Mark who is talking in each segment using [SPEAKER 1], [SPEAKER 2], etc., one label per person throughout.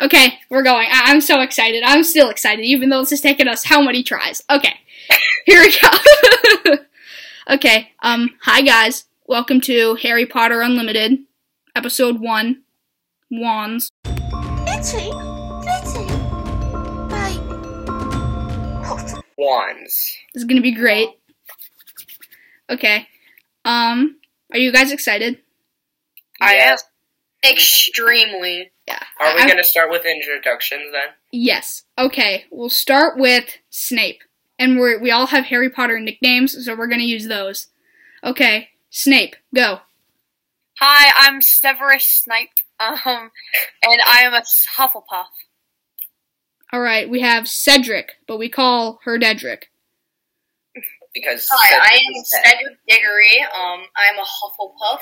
[SPEAKER 1] Okay, we're going. I- I'm so excited. I'm still excited, even though this has taken us how many tries. Okay, here we go. okay, um, hi guys. Welcome to Harry Potter Unlimited, episode one, Wands.
[SPEAKER 2] Itchy, itchy. My
[SPEAKER 3] wands.
[SPEAKER 1] This is gonna be great. Okay, um, are you guys excited?
[SPEAKER 4] I am
[SPEAKER 3] Yes.
[SPEAKER 4] extremely.
[SPEAKER 1] Yeah.
[SPEAKER 3] Are we
[SPEAKER 1] I-
[SPEAKER 3] gonna start with introductions then?
[SPEAKER 1] Yes. Okay. We'll start with Snape, and we are we all have Harry Potter nicknames, so we're gonna use those. Okay, Snape, go.
[SPEAKER 4] Hi, I'm Severus Snape, um, and I am a Hufflepuff.
[SPEAKER 1] All right, we have Cedric, but we call her Dedrick.
[SPEAKER 3] Because
[SPEAKER 5] Hi, I
[SPEAKER 3] Cedric
[SPEAKER 5] am
[SPEAKER 3] is dead.
[SPEAKER 5] Cedric Diggory. Um, I'm a Hufflepuff,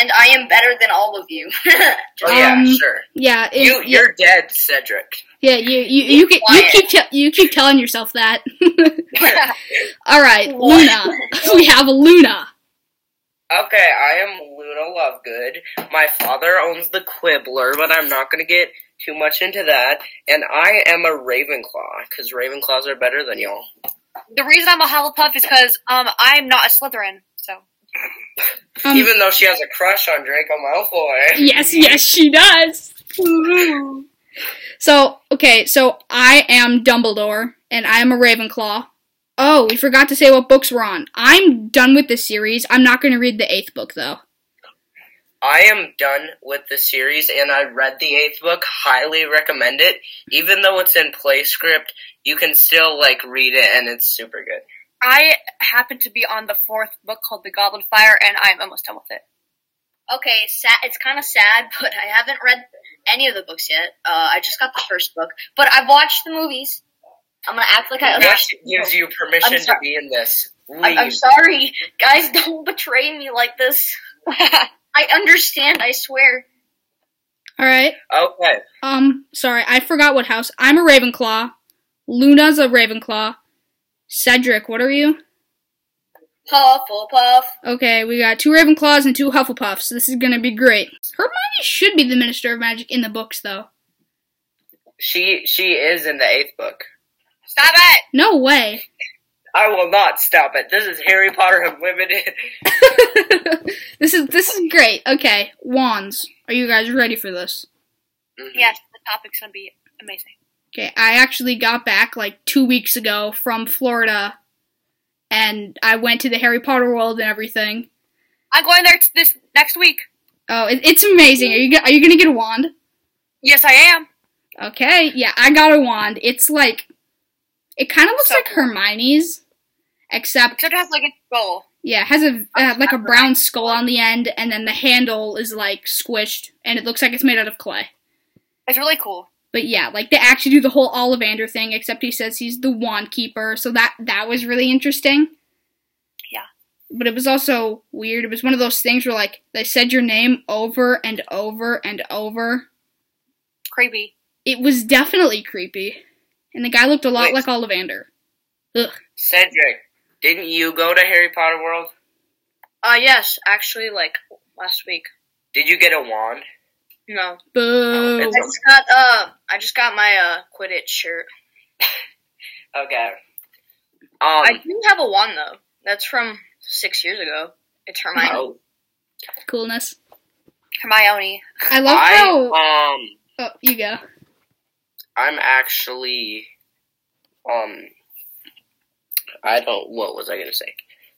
[SPEAKER 5] and I am better than all of you.
[SPEAKER 3] Oh yeah,
[SPEAKER 1] Um,
[SPEAKER 3] sure.
[SPEAKER 1] Yeah, it-
[SPEAKER 3] You
[SPEAKER 1] yeah,
[SPEAKER 3] you're dead, Cedric.
[SPEAKER 1] yeah, you you you, can, you
[SPEAKER 5] quiet.
[SPEAKER 1] keep te- you keep telling yourself that. All right, Luna. we have Luna.
[SPEAKER 3] Okay, I am Luna Lovegood. My father owns the Quibbler, but I'm not gonna get too much into that. And I am a Ravenclaw, because Ravenclaws are better than y'all.
[SPEAKER 4] The reason I'm a Hufflepuff is because um, I'm not a Slytherin. So
[SPEAKER 1] Um,
[SPEAKER 3] Even though she has a crush on Draco Malfoy.
[SPEAKER 1] yes, yes, she does. So okay, so I am Dumbledore, and I am a Ravenclaw. Oh, we forgot to say what books we're on. I'm done with this series. I'm not going to read the eighth book though.
[SPEAKER 3] I am done with the series, and I read the eighth book. Highly recommend it. Even though it's in play script, you can still like read it, and it's super good.
[SPEAKER 4] I happen to be on the fourth book called The Goblet of Fire, and I'm almost done with it.
[SPEAKER 5] okay, sad. It's kind of sad, but I haven't read any of the books yet. Uh, I just got the first book, but I've watched the movies. I'm gonna act like I
[SPEAKER 3] That
[SPEAKER 5] watched.
[SPEAKER 3] gives you
[SPEAKER 5] I'm
[SPEAKER 3] permission to
[SPEAKER 5] sorry.
[SPEAKER 3] be in this.
[SPEAKER 5] I- I'm
[SPEAKER 3] Leave.
[SPEAKER 5] sorry, guys. Don't betray me like this. I understand. I swear.
[SPEAKER 1] All right.
[SPEAKER 3] Okay.
[SPEAKER 1] Um, sorry, I forgot what house. I'm a Ravenclaw. Luna's a Ravenclaw. Cedric, what are you?
[SPEAKER 5] Hufflepuff.
[SPEAKER 1] Okay, we got two Ravenclaws and two Hufflepuffs. This is gonna be great. Hermione should be the Minister of Magic in the books, though.
[SPEAKER 3] She she is in the eighth book.
[SPEAKER 4] Stop it!
[SPEAKER 1] No way.
[SPEAKER 3] I will not stop it. This is Harry Potter Unlimited.
[SPEAKER 1] this is this is great. Okay, wands. Are you guys ready for this?
[SPEAKER 3] Mm-hmm.
[SPEAKER 4] Yes, the topic's gonna be amazing.
[SPEAKER 1] Okay, I actually got back like two weeks ago from Florida, and I went to the Harry Potter World and everything.
[SPEAKER 4] I'm going there t- this next week.
[SPEAKER 1] Oh, it, it's amazing. Are you go- are you gonna get a wand?
[SPEAKER 4] Yes, I am.
[SPEAKER 1] Okay, yeah, I got a wand. It's like it kind of looks
[SPEAKER 4] So
[SPEAKER 1] like Hermione's, except
[SPEAKER 4] Except it has like a goal.
[SPEAKER 1] yeah, it has a uh, like a brown skull on the end, and then the handle is like squished, and it looks like it's made out of clay.
[SPEAKER 4] It's really cool.
[SPEAKER 1] But yeah, like they actually do the whole Ollivander thing, except he says he's the wand keeper, so that that was really interesting.
[SPEAKER 4] Yeah.
[SPEAKER 1] But it was also weird. It was one of those things where like they said your name over and over and over.
[SPEAKER 4] Creepy.
[SPEAKER 1] It was definitely creepy. And the guy looked a lot
[SPEAKER 3] Wait.
[SPEAKER 1] like Ollivander.
[SPEAKER 3] Cedric, didn't you go to Harry Potter World?
[SPEAKER 5] Uh, yes, actually, like last week.
[SPEAKER 3] Did you get a wand?
[SPEAKER 5] No,
[SPEAKER 1] Boo.
[SPEAKER 5] I just got uh, I just got my uh Quidditch shirt.
[SPEAKER 3] Okay. Um,
[SPEAKER 5] I do have a wand though. That's from six years ago. It's Hermione.
[SPEAKER 3] oh,
[SPEAKER 1] Coolness.
[SPEAKER 4] Hermione.
[SPEAKER 1] I love how
[SPEAKER 3] I um
[SPEAKER 1] Oh, you go.
[SPEAKER 3] I'm actually um I don't what was I gonna say?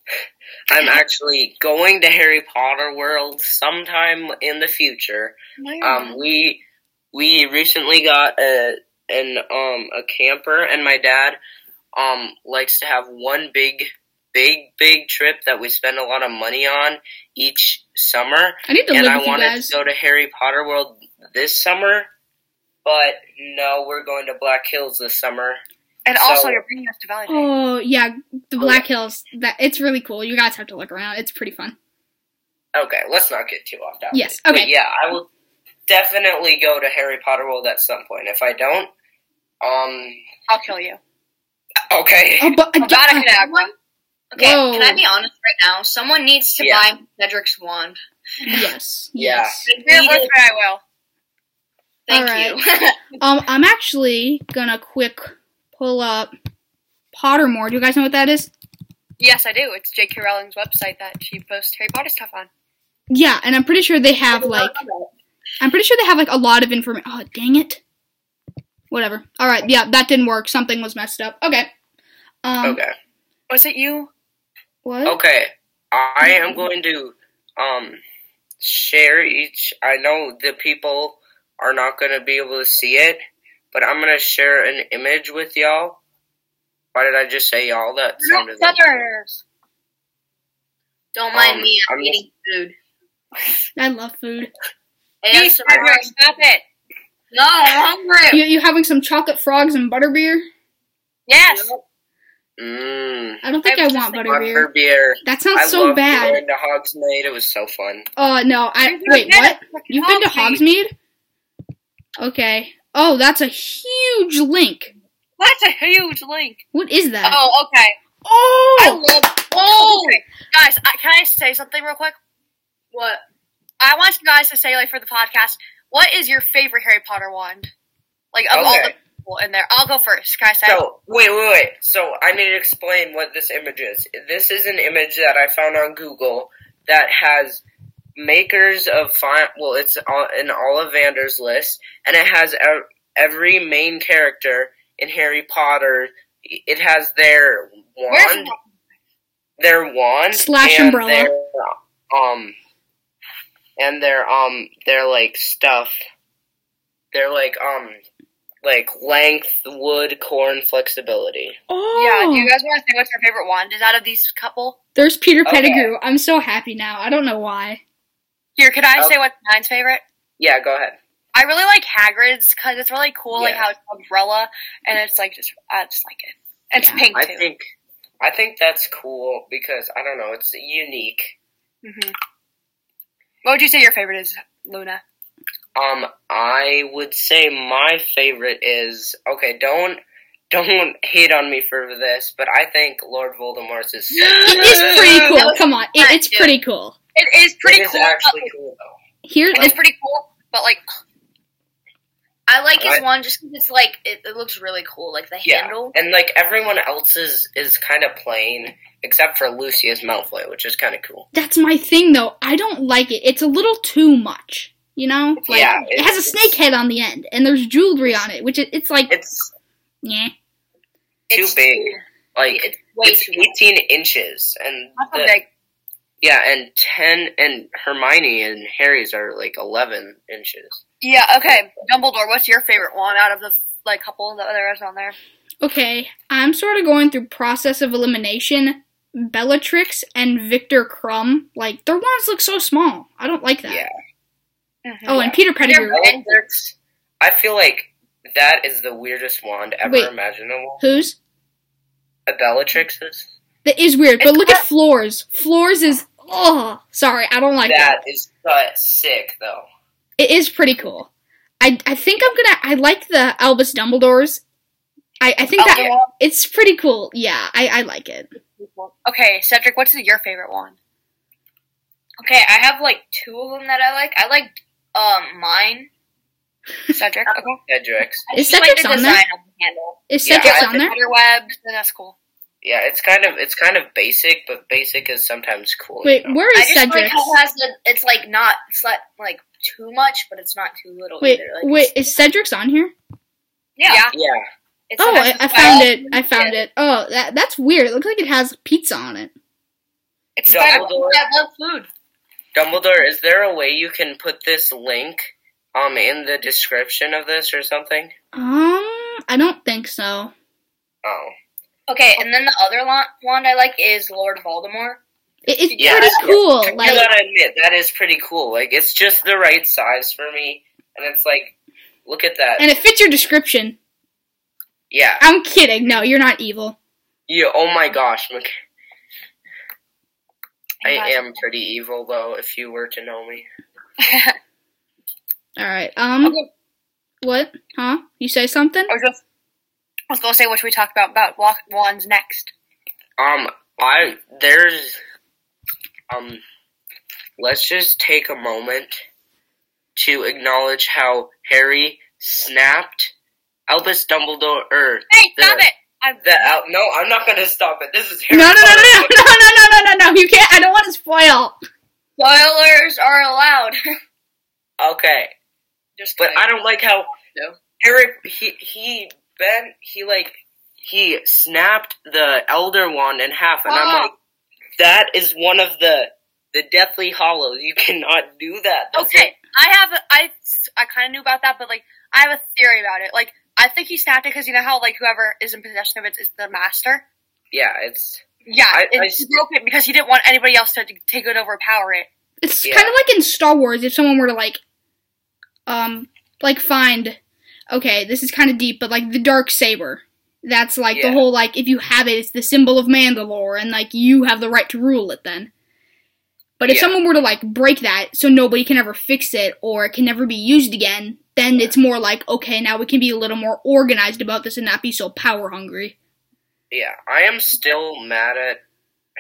[SPEAKER 3] I'm actually going to Harry Potter World sometime in the future. Um, we we recently got a an um a camper, and my dad um likes to have one big big big trip that we spend a lot of money on each summer.
[SPEAKER 1] I need to
[SPEAKER 3] And
[SPEAKER 1] live
[SPEAKER 3] I
[SPEAKER 1] with you
[SPEAKER 3] wanted
[SPEAKER 1] guys.
[SPEAKER 3] to go to Harry Potter World this summer, but no, we're going to Black Hills this summer.
[SPEAKER 4] And
[SPEAKER 3] So-
[SPEAKER 4] also, you're bringing us to Valley. Day.
[SPEAKER 1] Oh yeah, the Black Hills. That it's really cool. You guys have to look around. It's pretty fun.
[SPEAKER 3] Okay, let's not get too off topic.
[SPEAKER 1] Yes,
[SPEAKER 3] But
[SPEAKER 1] okay.
[SPEAKER 3] yeah, I will definitely go to Harry Potter World at some point. If I don't, um,
[SPEAKER 4] I'll kill you.
[SPEAKER 3] okay.
[SPEAKER 1] Oh, but,
[SPEAKER 4] Avada Kedavra.
[SPEAKER 5] okay,
[SPEAKER 1] whoa.
[SPEAKER 5] can I be honest right now? Someone needs to
[SPEAKER 3] Yeah.
[SPEAKER 5] buy Cedric's wand.
[SPEAKER 1] Yes.
[SPEAKER 3] Yeah.
[SPEAKER 1] Yes.
[SPEAKER 4] If you're
[SPEAKER 5] Eat it.
[SPEAKER 4] listening, I will.
[SPEAKER 5] Thank
[SPEAKER 1] Alright.
[SPEAKER 5] you.
[SPEAKER 1] Um, I'm actually gonna quick pull up Pottermore. Do you guys know what that is?
[SPEAKER 4] Yes, I do. It's J.K. Rowling's website that she posts Harry Potter stuff on.
[SPEAKER 1] Yeah, and I'm pretty sure they have like I'm pretty sure they have like a lot of information. Oh, dang it. Whatever. All right. Yeah, that didn't work. Something was messed up. Okay. Um,
[SPEAKER 3] Okay.
[SPEAKER 4] Was it you?
[SPEAKER 1] What?
[SPEAKER 3] Okay. I am going to um share each I know the people are not gonna be able to see it, but I'm gonna share an image with y'all. Why did I just say y'all? That sounded like
[SPEAKER 4] Feathers.
[SPEAKER 5] Don't mind
[SPEAKER 3] Um,
[SPEAKER 5] me. I'm,
[SPEAKER 3] I'm just-
[SPEAKER 5] eating food.
[SPEAKER 1] I love food.
[SPEAKER 5] Hey, I'm
[SPEAKER 4] Feathers,
[SPEAKER 5] sorry.
[SPEAKER 4] stop it.
[SPEAKER 5] No, I'm hungry.
[SPEAKER 1] You, you having some chocolate frogs and butterbeer?
[SPEAKER 4] Yes.
[SPEAKER 3] Mmm.
[SPEAKER 1] I don't think
[SPEAKER 4] I
[SPEAKER 1] I,
[SPEAKER 4] was
[SPEAKER 1] want
[SPEAKER 4] just
[SPEAKER 1] butterbeer.
[SPEAKER 3] beer.
[SPEAKER 1] That
[SPEAKER 3] I
[SPEAKER 1] sounds so
[SPEAKER 3] loved
[SPEAKER 1] bad.
[SPEAKER 3] going to Hogsmeade. It was so fun.
[SPEAKER 1] Oh no! I wait. What? You've been to Hogsmeade? Okay. Oh, that's a huge link.
[SPEAKER 4] That's a huge link.
[SPEAKER 1] What is that?
[SPEAKER 4] Oh, okay. I
[SPEAKER 1] Oh,
[SPEAKER 4] love. Oh, guys, I, can I say something real quick?
[SPEAKER 5] What?
[SPEAKER 4] I want you guys to say, like, for the podcast, what is your favorite Harry Potter wand? Like, of all the
[SPEAKER 3] Okay.
[SPEAKER 4] people in there, I'll go first. Can I say?
[SPEAKER 3] So wait, wait, wait. So I need to explain what this image is. This is an image that I found on Google that has makers of fine. Well, it's on- in Ollivander's list, and it has ev- every main character in Harry Potter. It has their
[SPEAKER 4] Where's
[SPEAKER 3] wand, their wand,
[SPEAKER 1] Slash
[SPEAKER 3] and
[SPEAKER 1] umbrella.
[SPEAKER 3] Their, um, and their um, their like stuff. They're like um, like length, wood, corn, flexibility.
[SPEAKER 1] oh.
[SPEAKER 4] Yeah, do you guys want to say what's your favorite wand is out of these couple?
[SPEAKER 1] There's Peter
[SPEAKER 3] Okay.
[SPEAKER 1] Pettigrew. I'm so happy now. I don't know why.
[SPEAKER 4] Here, can I
[SPEAKER 3] Oh.
[SPEAKER 4] say what's mine's favorite?
[SPEAKER 3] Yeah, go ahead.
[SPEAKER 4] I really like Hagrid's because it's really cool, like
[SPEAKER 3] Yeah.
[SPEAKER 4] how it's umbrella and it's like just I just like it. It's
[SPEAKER 1] Yeah.
[SPEAKER 4] pink
[SPEAKER 3] I
[SPEAKER 4] too.
[SPEAKER 3] think I think that's cool because I don't know, it's unique.
[SPEAKER 4] hmm What would you say your favorite is, Luna?
[SPEAKER 3] Um, I would say my favorite is okay. Don't don't hate on me for this, but I think Lord Voldemort's is
[SPEAKER 1] It is pretty cool. Come on, it, it's
[SPEAKER 4] Yeah.
[SPEAKER 1] pretty cool.
[SPEAKER 4] It is pretty
[SPEAKER 3] it is
[SPEAKER 4] cool.
[SPEAKER 3] actually cool though.
[SPEAKER 1] Here,
[SPEAKER 4] It is pretty cool, but like
[SPEAKER 5] I like his
[SPEAKER 3] Alright.
[SPEAKER 5] one just because it's like it, it looks really cool, like the
[SPEAKER 3] Yeah.
[SPEAKER 5] handle.
[SPEAKER 3] And like everyone else's is kind of plain except for Lucius Malfoy, which is kind of cool.
[SPEAKER 1] that's my thing though. I don't like it. It's a little too much. You know, like
[SPEAKER 3] Yeah,
[SPEAKER 1] it has a
[SPEAKER 3] it's-
[SPEAKER 1] snake head on the end, and there's jewelry on it, which it, it's like,
[SPEAKER 3] It's
[SPEAKER 1] yeah.
[SPEAKER 3] too
[SPEAKER 5] It's-
[SPEAKER 3] big, like
[SPEAKER 5] It's way
[SPEAKER 3] it's
[SPEAKER 5] too much.
[SPEAKER 3] eighteen inches, and
[SPEAKER 4] not
[SPEAKER 3] the-
[SPEAKER 4] so big.
[SPEAKER 3] Yeah, and ten and Hermione and Harry's are like eleven inches.
[SPEAKER 4] Yeah, okay. Dumbledore, what's your favorite one out of the like couple that there is on there?
[SPEAKER 1] Okay, I'm sort of going through process of elimination. Bellatrix and Victor Crumb, like their wands look so small. I don't like that.
[SPEAKER 3] Yeah.
[SPEAKER 4] Mm-hmm.
[SPEAKER 1] Oh, and Peter Pettigrew.
[SPEAKER 3] Bellatrix, I feel like that is the weirdest wand ever
[SPEAKER 1] Wait.
[SPEAKER 3] imaginable.
[SPEAKER 1] Who's
[SPEAKER 3] A Bellatrix's.
[SPEAKER 1] that is weird, but
[SPEAKER 4] It's
[SPEAKER 1] look at Floors. Floors is oh, sorry, I don't like that.
[SPEAKER 3] that is uh, sick though.
[SPEAKER 1] It is pretty cool. I, I think I'm gonna I like the Albus Dumbledore's. I, I
[SPEAKER 5] Oh,
[SPEAKER 1] think that
[SPEAKER 4] Elder
[SPEAKER 1] it's pretty cool. Yeah, I, I like it.
[SPEAKER 4] wand? Okay, Cedric, what's your favorite one?
[SPEAKER 5] Okay, I have like two of them that I like. I like um mine.
[SPEAKER 4] Cedric, okay.
[SPEAKER 3] Cedric's.
[SPEAKER 5] I
[SPEAKER 1] Is
[SPEAKER 5] just like
[SPEAKER 1] Cedric's
[SPEAKER 5] the
[SPEAKER 1] on
[SPEAKER 5] design
[SPEAKER 1] there?
[SPEAKER 5] on the handle.
[SPEAKER 1] Is
[SPEAKER 3] Yeah, I
[SPEAKER 1] Cedric's
[SPEAKER 4] like
[SPEAKER 1] on
[SPEAKER 4] the
[SPEAKER 1] there?
[SPEAKER 4] Webs, and that's cool.
[SPEAKER 3] Yeah, it's kind of it's kind of basic, but basic is sometimes cool.
[SPEAKER 1] Wait,
[SPEAKER 3] you know?
[SPEAKER 1] where
[SPEAKER 5] I
[SPEAKER 1] is
[SPEAKER 5] just like
[SPEAKER 1] Cedric's?
[SPEAKER 5] how it has the. It's like not. It's not like too much, but it's not too little
[SPEAKER 1] Wait,
[SPEAKER 5] either. Like,
[SPEAKER 1] wait,
[SPEAKER 5] it's-
[SPEAKER 1] is Cedric's on here?
[SPEAKER 4] Yeah.
[SPEAKER 3] Yeah,
[SPEAKER 5] It's
[SPEAKER 1] Oh,
[SPEAKER 5] an
[SPEAKER 1] I, I
[SPEAKER 5] exercise.
[SPEAKER 1] found it. I found it. Oh, that that's weird. It looks like it has pizza on it.
[SPEAKER 4] It's
[SPEAKER 3] Double
[SPEAKER 4] better.
[SPEAKER 3] door.
[SPEAKER 5] I love food.
[SPEAKER 3] Dumbledore, is there a way you can put this link um in the description of this or something?
[SPEAKER 1] Um, I don't think so.
[SPEAKER 3] Oh,
[SPEAKER 5] Okay, and then the other lo- wand I like is Lord Voldemort.
[SPEAKER 1] It, it's
[SPEAKER 3] Yeah,
[SPEAKER 1] pretty
[SPEAKER 3] that's-
[SPEAKER 1] cool.
[SPEAKER 3] I
[SPEAKER 1] Like
[SPEAKER 3] gotta admit, that is pretty cool. Like, it's just the right size for me, and it's like, look at that.
[SPEAKER 1] and it fits your description.
[SPEAKER 3] yeah.
[SPEAKER 1] I'm kidding. No, you're not evil.
[SPEAKER 3] You. Oh my gosh, Mc- I
[SPEAKER 4] Guys.
[SPEAKER 3] am pretty evil though. If you were to know me,
[SPEAKER 1] All right. Um.
[SPEAKER 4] Okay.
[SPEAKER 1] What? Huh? You say something?
[SPEAKER 4] I was just I was gonna say what should we talk about about wa- wands next.
[SPEAKER 3] um, I there's, um, let's just take a moment to acknowledge how Harry snapped Albus Dumbledore. Er,
[SPEAKER 4] Hey, stop
[SPEAKER 3] the-
[SPEAKER 4] it! I,
[SPEAKER 3] the Al- no, I'm not gonna stop it. This is
[SPEAKER 1] No,
[SPEAKER 3] Harry
[SPEAKER 1] no, no,
[SPEAKER 3] Potter.
[SPEAKER 1] no, no, no, no, no, no, no. You can't. I don't want to spoil.
[SPEAKER 5] Spoilers are allowed.
[SPEAKER 3] Okay,
[SPEAKER 4] just
[SPEAKER 3] but
[SPEAKER 4] kidding.
[SPEAKER 3] I don't like how
[SPEAKER 4] No.
[SPEAKER 3] Harry he he Ben he like he snapped the Elder Wand in half, and I'm
[SPEAKER 1] Oh.
[SPEAKER 4] Ah.
[SPEAKER 3] like, that is one of the the Deathly Hollows. You cannot do that. That's
[SPEAKER 4] Okay, I have a, I I kind of knew about that, but like I have a theory about it. Like I think he snapped it because you know how like whoever is in possession of it is the master.
[SPEAKER 3] Yeah, it's
[SPEAKER 4] Yeah,
[SPEAKER 3] I-
[SPEAKER 4] it,
[SPEAKER 3] I
[SPEAKER 4] he broke it because he didn't want anybody else to take it over, power it.
[SPEAKER 1] It's
[SPEAKER 3] Yeah.
[SPEAKER 1] kind of like in Star Wars if someone were to like um like find okay, this is kind of deep, but like the dark saber. That's like the
[SPEAKER 3] Yeah.
[SPEAKER 1] whole like if you have it it's the symbol of Mandalore and like you have the right to rule it then. But if
[SPEAKER 3] Yeah.
[SPEAKER 1] someone were to like break that so nobody can ever fix it or it can never be used again, then it's more like okay, now we can be a little more organized about this and not be so power hungry.
[SPEAKER 3] yeah. I am still mad at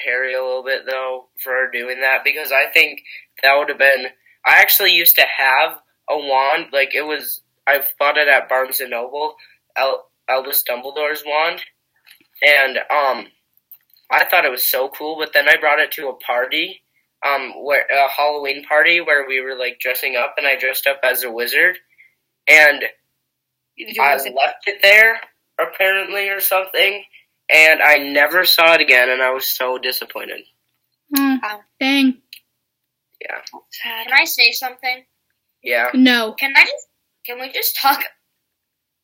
[SPEAKER 3] Harry a little bit though for doing that because I think that would have been. I actually used to have a wand like it was. I bought it at Barnes and Noble, El- Elvis Dumbledore's wand, and um, I thought it was so cool. But then I brought it to a party, um, where a Halloween party where we were like dressing up, and I dressed up as a wizard, and
[SPEAKER 4] Did
[SPEAKER 3] I
[SPEAKER 4] listen?
[SPEAKER 3] left it there apparently or something, and I never saw it again, and I was so disappointed.
[SPEAKER 1] Hmm,
[SPEAKER 4] Wow.
[SPEAKER 1] dang.
[SPEAKER 5] Can I say something?
[SPEAKER 3] Yeah,
[SPEAKER 1] No.
[SPEAKER 5] Can I just can we just talk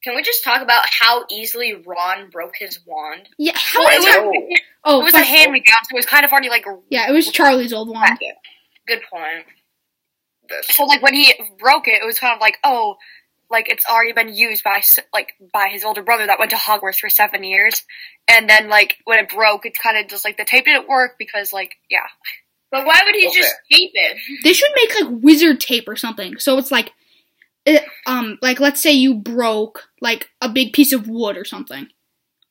[SPEAKER 5] can we just talk about how easily Ron broke his wand?
[SPEAKER 1] Yeah, how
[SPEAKER 4] Well,
[SPEAKER 1] is
[SPEAKER 4] it was,
[SPEAKER 1] that-
[SPEAKER 3] No.
[SPEAKER 4] it
[SPEAKER 1] Oh,
[SPEAKER 4] was a
[SPEAKER 1] fuck.
[SPEAKER 4] hand me down, so it was kind of already like
[SPEAKER 1] Yeah, it was Charlie's old one.
[SPEAKER 5] Good point.
[SPEAKER 3] that's
[SPEAKER 4] so like when he broke it, it was kind of like oh, like it's already been used by s- like by his older brother that went to Hogwarts for seven years, and then like when it broke, it's kind of just like the tape didn't work because like yeah.
[SPEAKER 5] But why would he
[SPEAKER 3] Okay.
[SPEAKER 5] just tape it?
[SPEAKER 1] They should make like wizard tape or something. So it's like, it, um, like let's say you broke like a big piece of wood or something,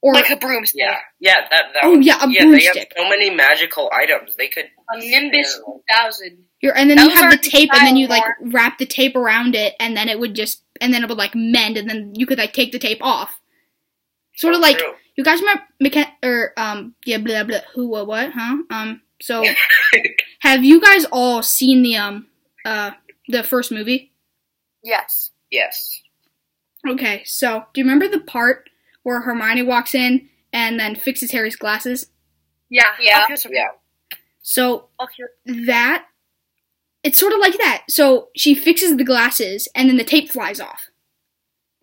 [SPEAKER 1] or
[SPEAKER 4] like a broomstick.
[SPEAKER 3] yeah, yeah. That that.
[SPEAKER 1] oh
[SPEAKER 3] would-
[SPEAKER 1] yeah, a
[SPEAKER 3] yeah, they have
[SPEAKER 1] broomstick.
[SPEAKER 3] so many magical items. They could.
[SPEAKER 5] A Nimbus
[SPEAKER 3] Yeah.
[SPEAKER 5] 2000.
[SPEAKER 1] You're, and then
[SPEAKER 4] Those
[SPEAKER 1] you have
[SPEAKER 4] are
[SPEAKER 1] the tape, and then you like
[SPEAKER 4] style
[SPEAKER 1] wrap the tape around it, and then it would just, and then it would like mend, and then you could like take the tape off. Sort of like
[SPEAKER 3] True.
[SPEAKER 1] you guys remember McKen- or um yeah blah blah who what what huh um so have you guys all seen the um uh the first movie?
[SPEAKER 4] Yes.
[SPEAKER 3] Yes.
[SPEAKER 1] Okay, so do you remember the part where Hermione walks in and then fixes Harry's glasses?
[SPEAKER 4] Yeah.
[SPEAKER 5] Yeah.
[SPEAKER 4] I'll give some-
[SPEAKER 3] Yeah.
[SPEAKER 1] So
[SPEAKER 4] I'll give-
[SPEAKER 1] that it's sort of like that. So she fixes the glasses and then the tape flies off.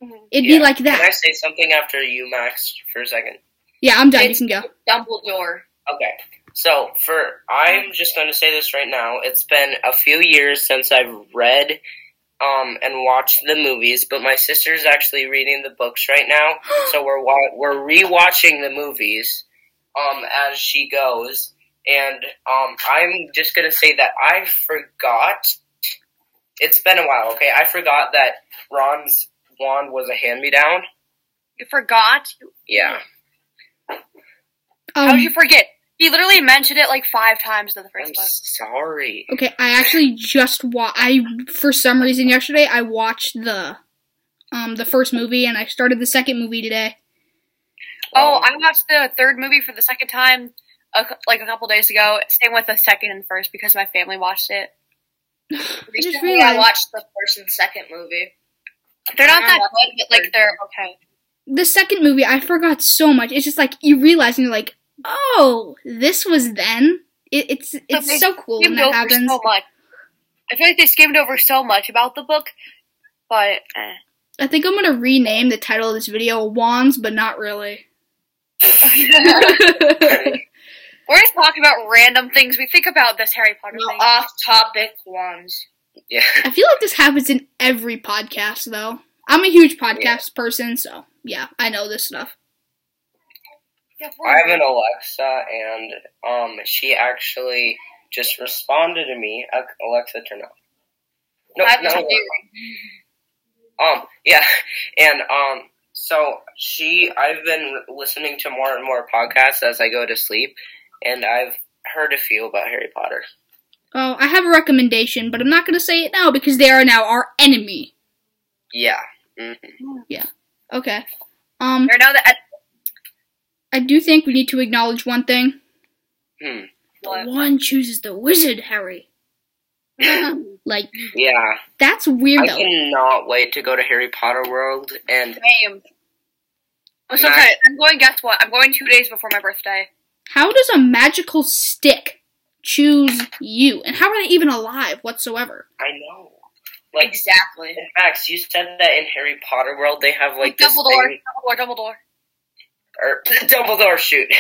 [SPEAKER 4] mhm.
[SPEAKER 1] It'd
[SPEAKER 3] Yeah.
[SPEAKER 1] be like
[SPEAKER 3] Can I
[SPEAKER 1] that.
[SPEAKER 3] say something after you, Max, for a second?
[SPEAKER 1] Yeah, I'm done. You
[SPEAKER 5] It's-
[SPEAKER 1] can go.
[SPEAKER 5] Dumbledore.
[SPEAKER 3] Okay. So for I'm just going to say this right now. It's been a few years since I've read um and watched the movies, but my sister's actually reading the books right now. so we're wa- we're rewatching the movies um as she goes and um I'm just going to say that I forgot it's been a while, okay? I forgot that Ron's wand was a hand-me-down.
[SPEAKER 4] You forgot?
[SPEAKER 3] Yeah.
[SPEAKER 4] How did
[SPEAKER 1] Um,
[SPEAKER 4] you forget? He literally mentioned it like five times in the
[SPEAKER 3] I'm
[SPEAKER 4] first book.
[SPEAKER 3] sorry.
[SPEAKER 1] okay, I actually just wa- I for some reason yesterday I watched the um the first movie and I started the second movie today.
[SPEAKER 4] Oh,
[SPEAKER 3] Um,
[SPEAKER 4] I watched the third movie for the second time, a, cou- like a couple days ago. Same with the second and first because my family watched it.
[SPEAKER 1] I just
[SPEAKER 5] Recently, I
[SPEAKER 1] realized
[SPEAKER 5] watched the first and second movie.
[SPEAKER 4] They're not
[SPEAKER 5] I
[SPEAKER 4] that
[SPEAKER 5] watched
[SPEAKER 4] good, but like
[SPEAKER 5] third.
[SPEAKER 4] they're okay.
[SPEAKER 1] the second movie I forgot so much. It's just like you realize and you're like, oh, this was then. It, it's it's
[SPEAKER 4] they
[SPEAKER 1] so cool when
[SPEAKER 4] Skimmed
[SPEAKER 1] that
[SPEAKER 4] over
[SPEAKER 1] happens.
[SPEAKER 4] so much. I feel like they skimmed over so much about the book, but eh.
[SPEAKER 1] I think I'm gonna rename the title of this video "Wands," but not really.
[SPEAKER 4] we're just talking about random things we think about this Harry Potter
[SPEAKER 5] No,
[SPEAKER 4] thing.
[SPEAKER 5] off topic ones.
[SPEAKER 3] Yeah.
[SPEAKER 1] I feel like this happens in every podcast, though. I'm a huge podcast person, so yeah, I know this stuff.
[SPEAKER 3] I have an Alexa, and um, she actually just responded to me. "Uh, Alexa, turn off. No,
[SPEAKER 5] I have
[SPEAKER 3] no.
[SPEAKER 5] no idea.
[SPEAKER 3] Um, yeah, and um, so she, I've been listening to more and more podcasts as I go to sleep, and I've heard a few about Harry Potter.
[SPEAKER 1] Oh, I have a recommendation, but I'm not going to say it now because they are now our enemy.
[SPEAKER 3] Yeah. hmm
[SPEAKER 1] Okay. Um,
[SPEAKER 5] Or no, that
[SPEAKER 1] I do think we need to acknowledge one thing.
[SPEAKER 3] Hmm.
[SPEAKER 1] The one chooses the wizard, Harry. like
[SPEAKER 3] Yeah.
[SPEAKER 1] that's weird
[SPEAKER 3] I
[SPEAKER 1] though.
[SPEAKER 3] cannot wait to go to Harry Potter World and
[SPEAKER 4] Same. I'm so
[SPEAKER 3] Nice.
[SPEAKER 4] excited. I'm going. Guess what? I'm going two days before my birthday.
[SPEAKER 1] How does a magical stick choose you? And how are they even alive whatsoever?
[SPEAKER 3] I know. Like
[SPEAKER 5] exactly.
[SPEAKER 3] Max, you said that in Harry Potter World they have like this
[SPEAKER 4] Dumbledore,
[SPEAKER 3] thing
[SPEAKER 4] Dumbledore, Dumbledore.
[SPEAKER 3] or Dumbledore shoot.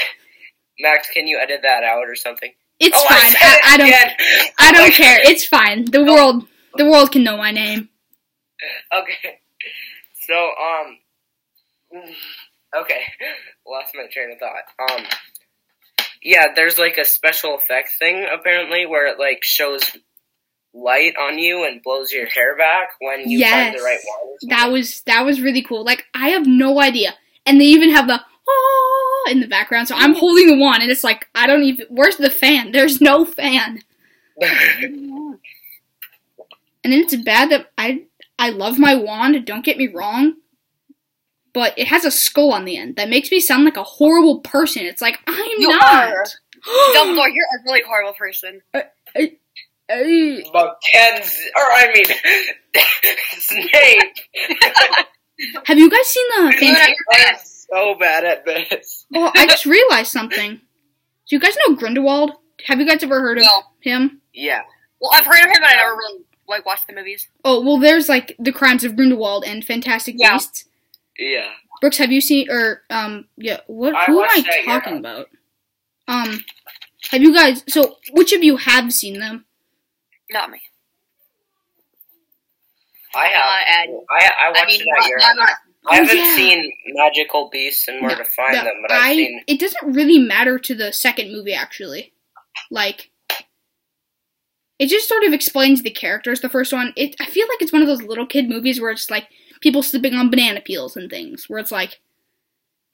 [SPEAKER 3] Max, can you edit that out or something?
[SPEAKER 1] It's
[SPEAKER 3] oh, I,
[SPEAKER 1] fine.
[SPEAKER 3] said
[SPEAKER 1] I,
[SPEAKER 3] it
[SPEAKER 1] I don't.
[SPEAKER 3] again. Oh,
[SPEAKER 1] I don't
[SPEAKER 3] Like-
[SPEAKER 1] care. It's fine.
[SPEAKER 3] Oh.
[SPEAKER 1] The world. The world can know my name.
[SPEAKER 3] Okay. So um. Okay, lost my train of thought. Um. Yeah, there's like a special effect thing apparently where it like shows light on you and blows your hair back when you find
[SPEAKER 1] Yes.
[SPEAKER 3] the right one.
[SPEAKER 1] That was that was really cool. Like I have no idea, and they even have the ah in the background. So
[SPEAKER 3] Mm-hmm.
[SPEAKER 1] I'm holding the wand, and it's like I don't even. Where's the fan? There's no fan. And then it's bad that I I love my wand. Don't get me wrong, but it has a skull on the end that makes me sound like a horrible person. It's like I'm
[SPEAKER 4] You
[SPEAKER 1] not.
[SPEAKER 4] are. Dumbledore, you're a really horrible person.
[SPEAKER 1] Ey.
[SPEAKER 3] Mackenzie, or I mean, Snape.
[SPEAKER 1] have you guys seen the?
[SPEAKER 5] Dude,
[SPEAKER 1] Fantastic-
[SPEAKER 5] I'm
[SPEAKER 3] I'm so bad at this.
[SPEAKER 1] oh, I just realized something. Do you guys know Grindelwald? Have you guys ever heard of
[SPEAKER 4] No.
[SPEAKER 1] him?
[SPEAKER 3] Yeah.
[SPEAKER 4] Well, I've heard of him, but I never really like watched the movies.
[SPEAKER 1] Oh well, there's like the Crimes of Grindelwald and Fantastic
[SPEAKER 4] Yeah.
[SPEAKER 1] Beasts.
[SPEAKER 3] Yeah.
[SPEAKER 1] Brooks, have you seen or um yeah? What
[SPEAKER 3] I
[SPEAKER 1] who am I
[SPEAKER 3] watched that, yeah.
[SPEAKER 1] talking about? Um, have you guys? So which of you have seen them?
[SPEAKER 4] Not me. Uh,
[SPEAKER 3] I have.
[SPEAKER 5] Not adding.
[SPEAKER 3] I, I watched
[SPEAKER 5] Uh, I mean,
[SPEAKER 3] that year.
[SPEAKER 5] not, not,
[SPEAKER 3] I haven't
[SPEAKER 1] Oh, yeah.
[SPEAKER 3] seen Magical Beasts and Where
[SPEAKER 1] No,
[SPEAKER 3] to Find
[SPEAKER 1] The-
[SPEAKER 3] Them, but I've seen.
[SPEAKER 1] it doesn't really matter to the second movie actually. Like, it just sort of explains the characters. The first one, it I feel like it's one of those little kid movies where it's like people slipping on banana peels and things, where it's like.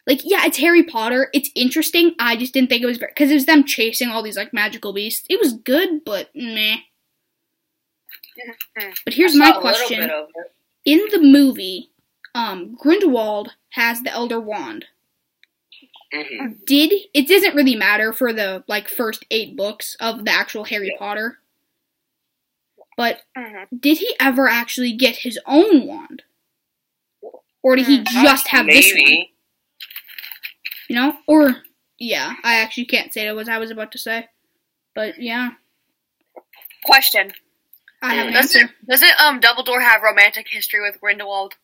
[SPEAKER 1] Like yeah, it's Harry Potter. It's interesting. I just didn't think it was because it was them chasing all these like magical beasts. It was good, but meh. But here's my
[SPEAKER 5] not Mm-hmm. a little
[SPEAKER 1] question:
[SPEAKER 5] bit of it.
[SPEAKER 1] in the movie, um, Grindelwald has the Elder Wand
[SPEAKER 5] Mm-hmm.
[SPEAKER 3] mhm.
[SPEAKER 1] did it doesn't really matter for the like first eight books of the actual Harry Potter. But
[SPEAKER 4] hmm
[SPEAKER 1] did he ever actually get his own wand? Or did he
[SPEAKER 4] Hmm.
[SPEAKER 1] just have this one?
[SPEAKER 3] Maybe.
[SPEAKER 1] You know? Or yeah, I actually can't say that was I was about to say. But yeah.
[SPEAKER 4] Question:
[SPEAKER 1] I have an
[SPEAKER 4] Does
[SPEAKER 1] answer.
[SPEAKER 4] it doesn't um Dumbledore have romantic history with Grindelwald?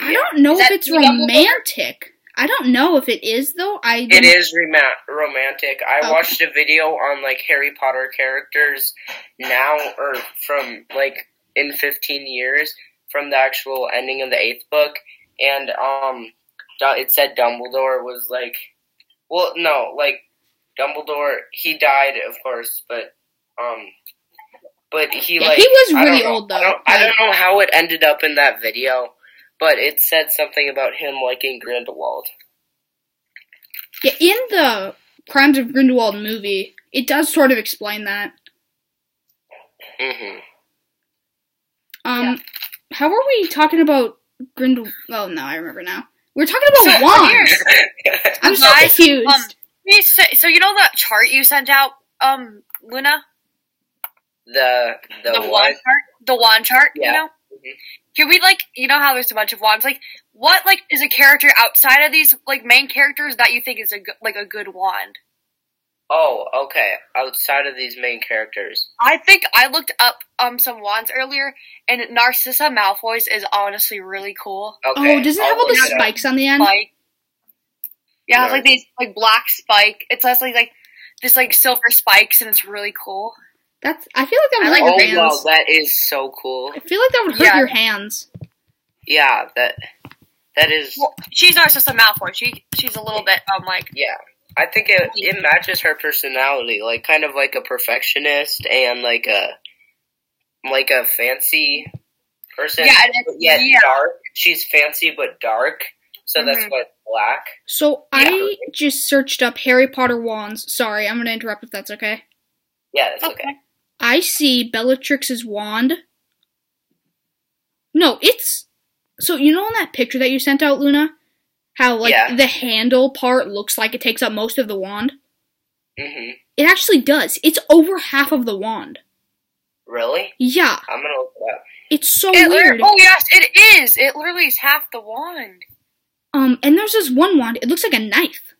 [SPEAKER 1] I don't know
[SPEAKER 4] Is
[SPEAKER 1] if
[SPEAKER 4] that
[SPEAKER 1] it's
[SPEAKER 4] the double door?
[SPEAKER 1] romantic. I don't know if it is though. I
[SPEAKER 3] It
[SPEAKER 1] didn't-
[SPEAKER 3] is rema- romantic. I
[SPEAKER 1] Okay.
[SPEAKER 3] watched a video on like Harry Potter characters now or from like in 15 years from the actual ending of the eighth book, and um, Du- it said Dumbledore was like, well, no, like Dumbledore he died of course, but um, but he
[SPEAKER 1] Yeah,
[SPEAKER 3] like
[SPEAKER 1] he was
[SPEAKER 3] I don't
[SPEAKER 1] really
[SPEAKER 3] know-
[SPEAKER 1] old though.
[SPEAKER 3] I don't, I
[SPEAKER 1] Like,
[SPEAKER 3] don't know how it ended up in that video, but it said something about him liking Grindelwald.
[SPEAKER 1] Yeah, in the Crimes of Grindelwald movie, it does sort of explain that.
[SPEAKER 3] hmm
[SPEAKER 1] Um,
[SPEAKER 4] Yeah.
[SPEAKER 1] how are we talking about Grindel? Oh no, I remember now. We're talking about
[SPEAKER 4] So,
[SPEAKER 1] wands.
[SPEAKER 4] here-
[SPEAKER 1] I'm so
[SPEAKER 4] Guys,
[SPEAKER 1] confused.
[SPEAKER 4] Um, you say- so you know that chart you sent out, um, Luna,
[SPEAKER 3] the the,
[SPEAKER 4] the,
[SPEAKER 3] one.
[SPEAKER 4] wand chart, the wand chart.
[SPEAKER 3] Yeah.
[SPEAKER 4] You know,
[SPEAKER 3] Mhm.
[SPEAKER 4] can we like, you know how there's a bunch of wands? Like, what like is a character outside of these like main characters that you think is a good, like a good wand?
[SPEAKER 3] Oh, okay. Outside of these main characters,
[SPEAKER 4] I think I looked up um some wands earlier, and Narcissa Malfoy's is honestly really cool.
[SPEAKER 3] okay.
[SPEAKER 1] oh, does it have
[SPEAKER 3] I'll
[SPEAKER 1] all the
[SPEAKER 3] look it up.
[SPEAKER 1] spikes on the end?
[SPEAKER 4] Like, yeah, it has like
[SPEAKER 3] Nice.
[SPEAKER 4] these like black spike. It's like like this like silver spikes, and it's really cool.
[SPEAKER 1] That's. I feel like that would
[SPEAKER 4] I
[SPEAKER 1] hurt
[SPEAKER 4] like
[SPEAKER 1] your
[SPEAKER 3] Oh
[SPEAKER 1] hands.
[SPEAKER 3] wow, that is so cool.
[SPEAKER 1] I feel like that would hurt
[SPEAKER 4] Yeah.
[SPEAKER 1] your hands.
[SPEAKER 3] Yeah, that that is.
[SPEAKER 4] Well, she's Narcissa Malfoy. She she's a little bit um like
[SPEAKER 3] Yeah, I think it it matches her personality, like kind of like a perfectionist and like a like a fancy person.
[SPEAKER 4] yeah and it's,
[SPEAKER 3] but yet
[SPEAKER 4] yeah.
[SPEAKER 3] dark. She's fancy but dark, so that's
[SPEAKER 4] Mhm.
[SPEAKER 3] why it's black.
[SPEAKER 1] So
[SPEAKER 3] Yeah.
[SPEAKER 1] I just searched up Harry Potter wands. Sorry, I'm gonna interrupt if that's okay.
[SPEAKER 3] Yeah, that's okay.
[SPEAKER 4] Okay.
[SPEAKER 1] I see Bellatrix's wand. No, it's so you know in that picture that you sent out, Luna, how like
[SPEAKER 3] Yeah.
[SPEAKER 1] the handle part looks like it takes up most of the wand.
[SPEAKER 3] Mhm.
[SPEAKER 1] It actually does. It's over half of the wand.
[SPEAKER 3] Really?
[SPEAKER 1] Yeah,
[SPEAKER 3] I'm gonna look it up.
[SPEAKER 1] it's so
[SPEAKER 4] It
[SPEAKER 1] weird.
[SPEAKER 4] lit- oh yes, it is. It literally is half the wand.
[SPEAKER 1] Um, and there's this one wand. It looks like a knife.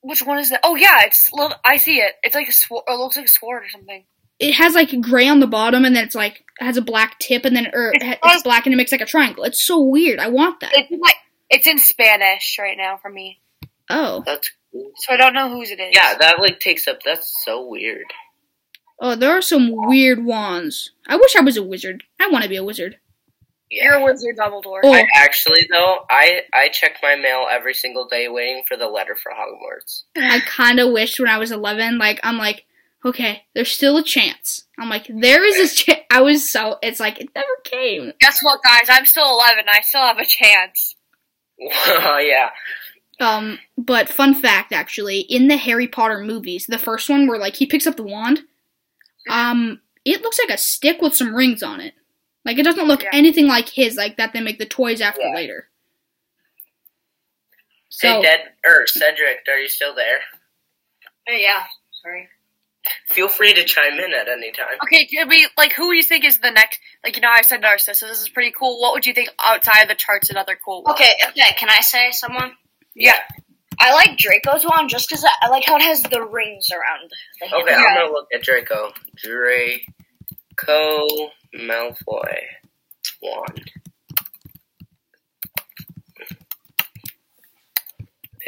[SPEAKER 4] Which one is that? Oh yeah, it's. lit- I see it. It's like a sword. It looks like a sword or something.
[SPEAKER 1] It has like gray on the bottom, and then it's like has a black tip, and then er,
[SPEAKER 4] It's
[SPEAKER 1] it's
[SPEAKER 4] called-
[SPEAKER 1] black, and it makes like a triangle. It's so weird. I want that.
[SPEAKER 4] It's in, like it's in Spanish right now for me,
[SPEAKER 1] Oh,
[SPEAKER 3] That's cool.
[SPEAKER 4] so I don't know whose it is.
[SPEAKER 3] Yeah, that like takes up. That's so weird.
[SPEAKER 1] oh, there are some weird wands. I wish I was a wizard. I want to be a wizard.
[SPEAKER 4] you're
[SPEAKER 3] Yeah.
[SPEAKER 4] a wizard, Dumbledore.
[SPEAKER 1] Oh,
[SPEAKER 3] I actually though, I I check my mail every single day waiting for the letter for Hogwarts.
[SPEAKER 1] I kind of wished when I was 11, like, I'm like, okay, there's still a chance. I'm like, there is a chance. I was so, it's like, it never came.
[SPEAKER 4] Guess what, guys? I'm still 11. I still have a chance.
[SPEAKER 3] Wow, Oh, yeah.
[SPEAKER 1] Um, but fun fact, actually, in the Harry Potter movies, the first one where, like, he picks up the wand, um, it looks like a stick with some rings on it. Like, it doesn't look
[SPEAKER 4] Yeah.
[SPEAKER 1] anything like his, like, that they make the toys after
[SPEAKER 3] Yeah.
[SPEAKER 1] later.
[SPEAKER 3] Say
[SPEAKER 1] So,
[SPEAKER 3] dead or er, Cedric, are you still there?
[SPEAKER 5] Oh, yeah. Sorry.
[SPEAKER 3] Feel free to chime in at any time.
[SPEAKER 4] Okay, could we like who do you think is the next? Like you know, I said Narcissus. This is pretty cool. What would you think outside of the charts? Another cool. One?
[SPEAKER 5] Okay, okay. Can I say someone?
[SPEAKER 4] Yeah.
[SPEAKER 5] I like Draco's one just because I, I like how it has the rings around the handle.
[SPEAKER 3] Okay, I'm gonna look at Draco. Draco Malfoy. Wand.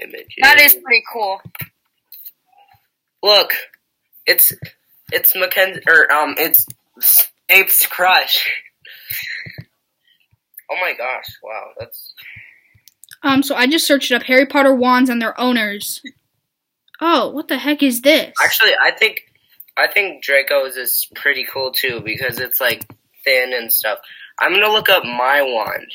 [SPEAKER 3] Images.
[SPEAKER 4] That is pretty cool.
[SPEAKER 3] Look, it's it's Mackenzie or um, it's Ape's crush. Oh my gosh! Wow, that's
[SPEAKER 1] um, so I just searched up Harry Potter wands and their owners. Oh, what the heck is this?
[SPEAKER 3] actually I think I think Draco's is pretty cool too because it's like thin and stuff. I'm gonna look up my wand,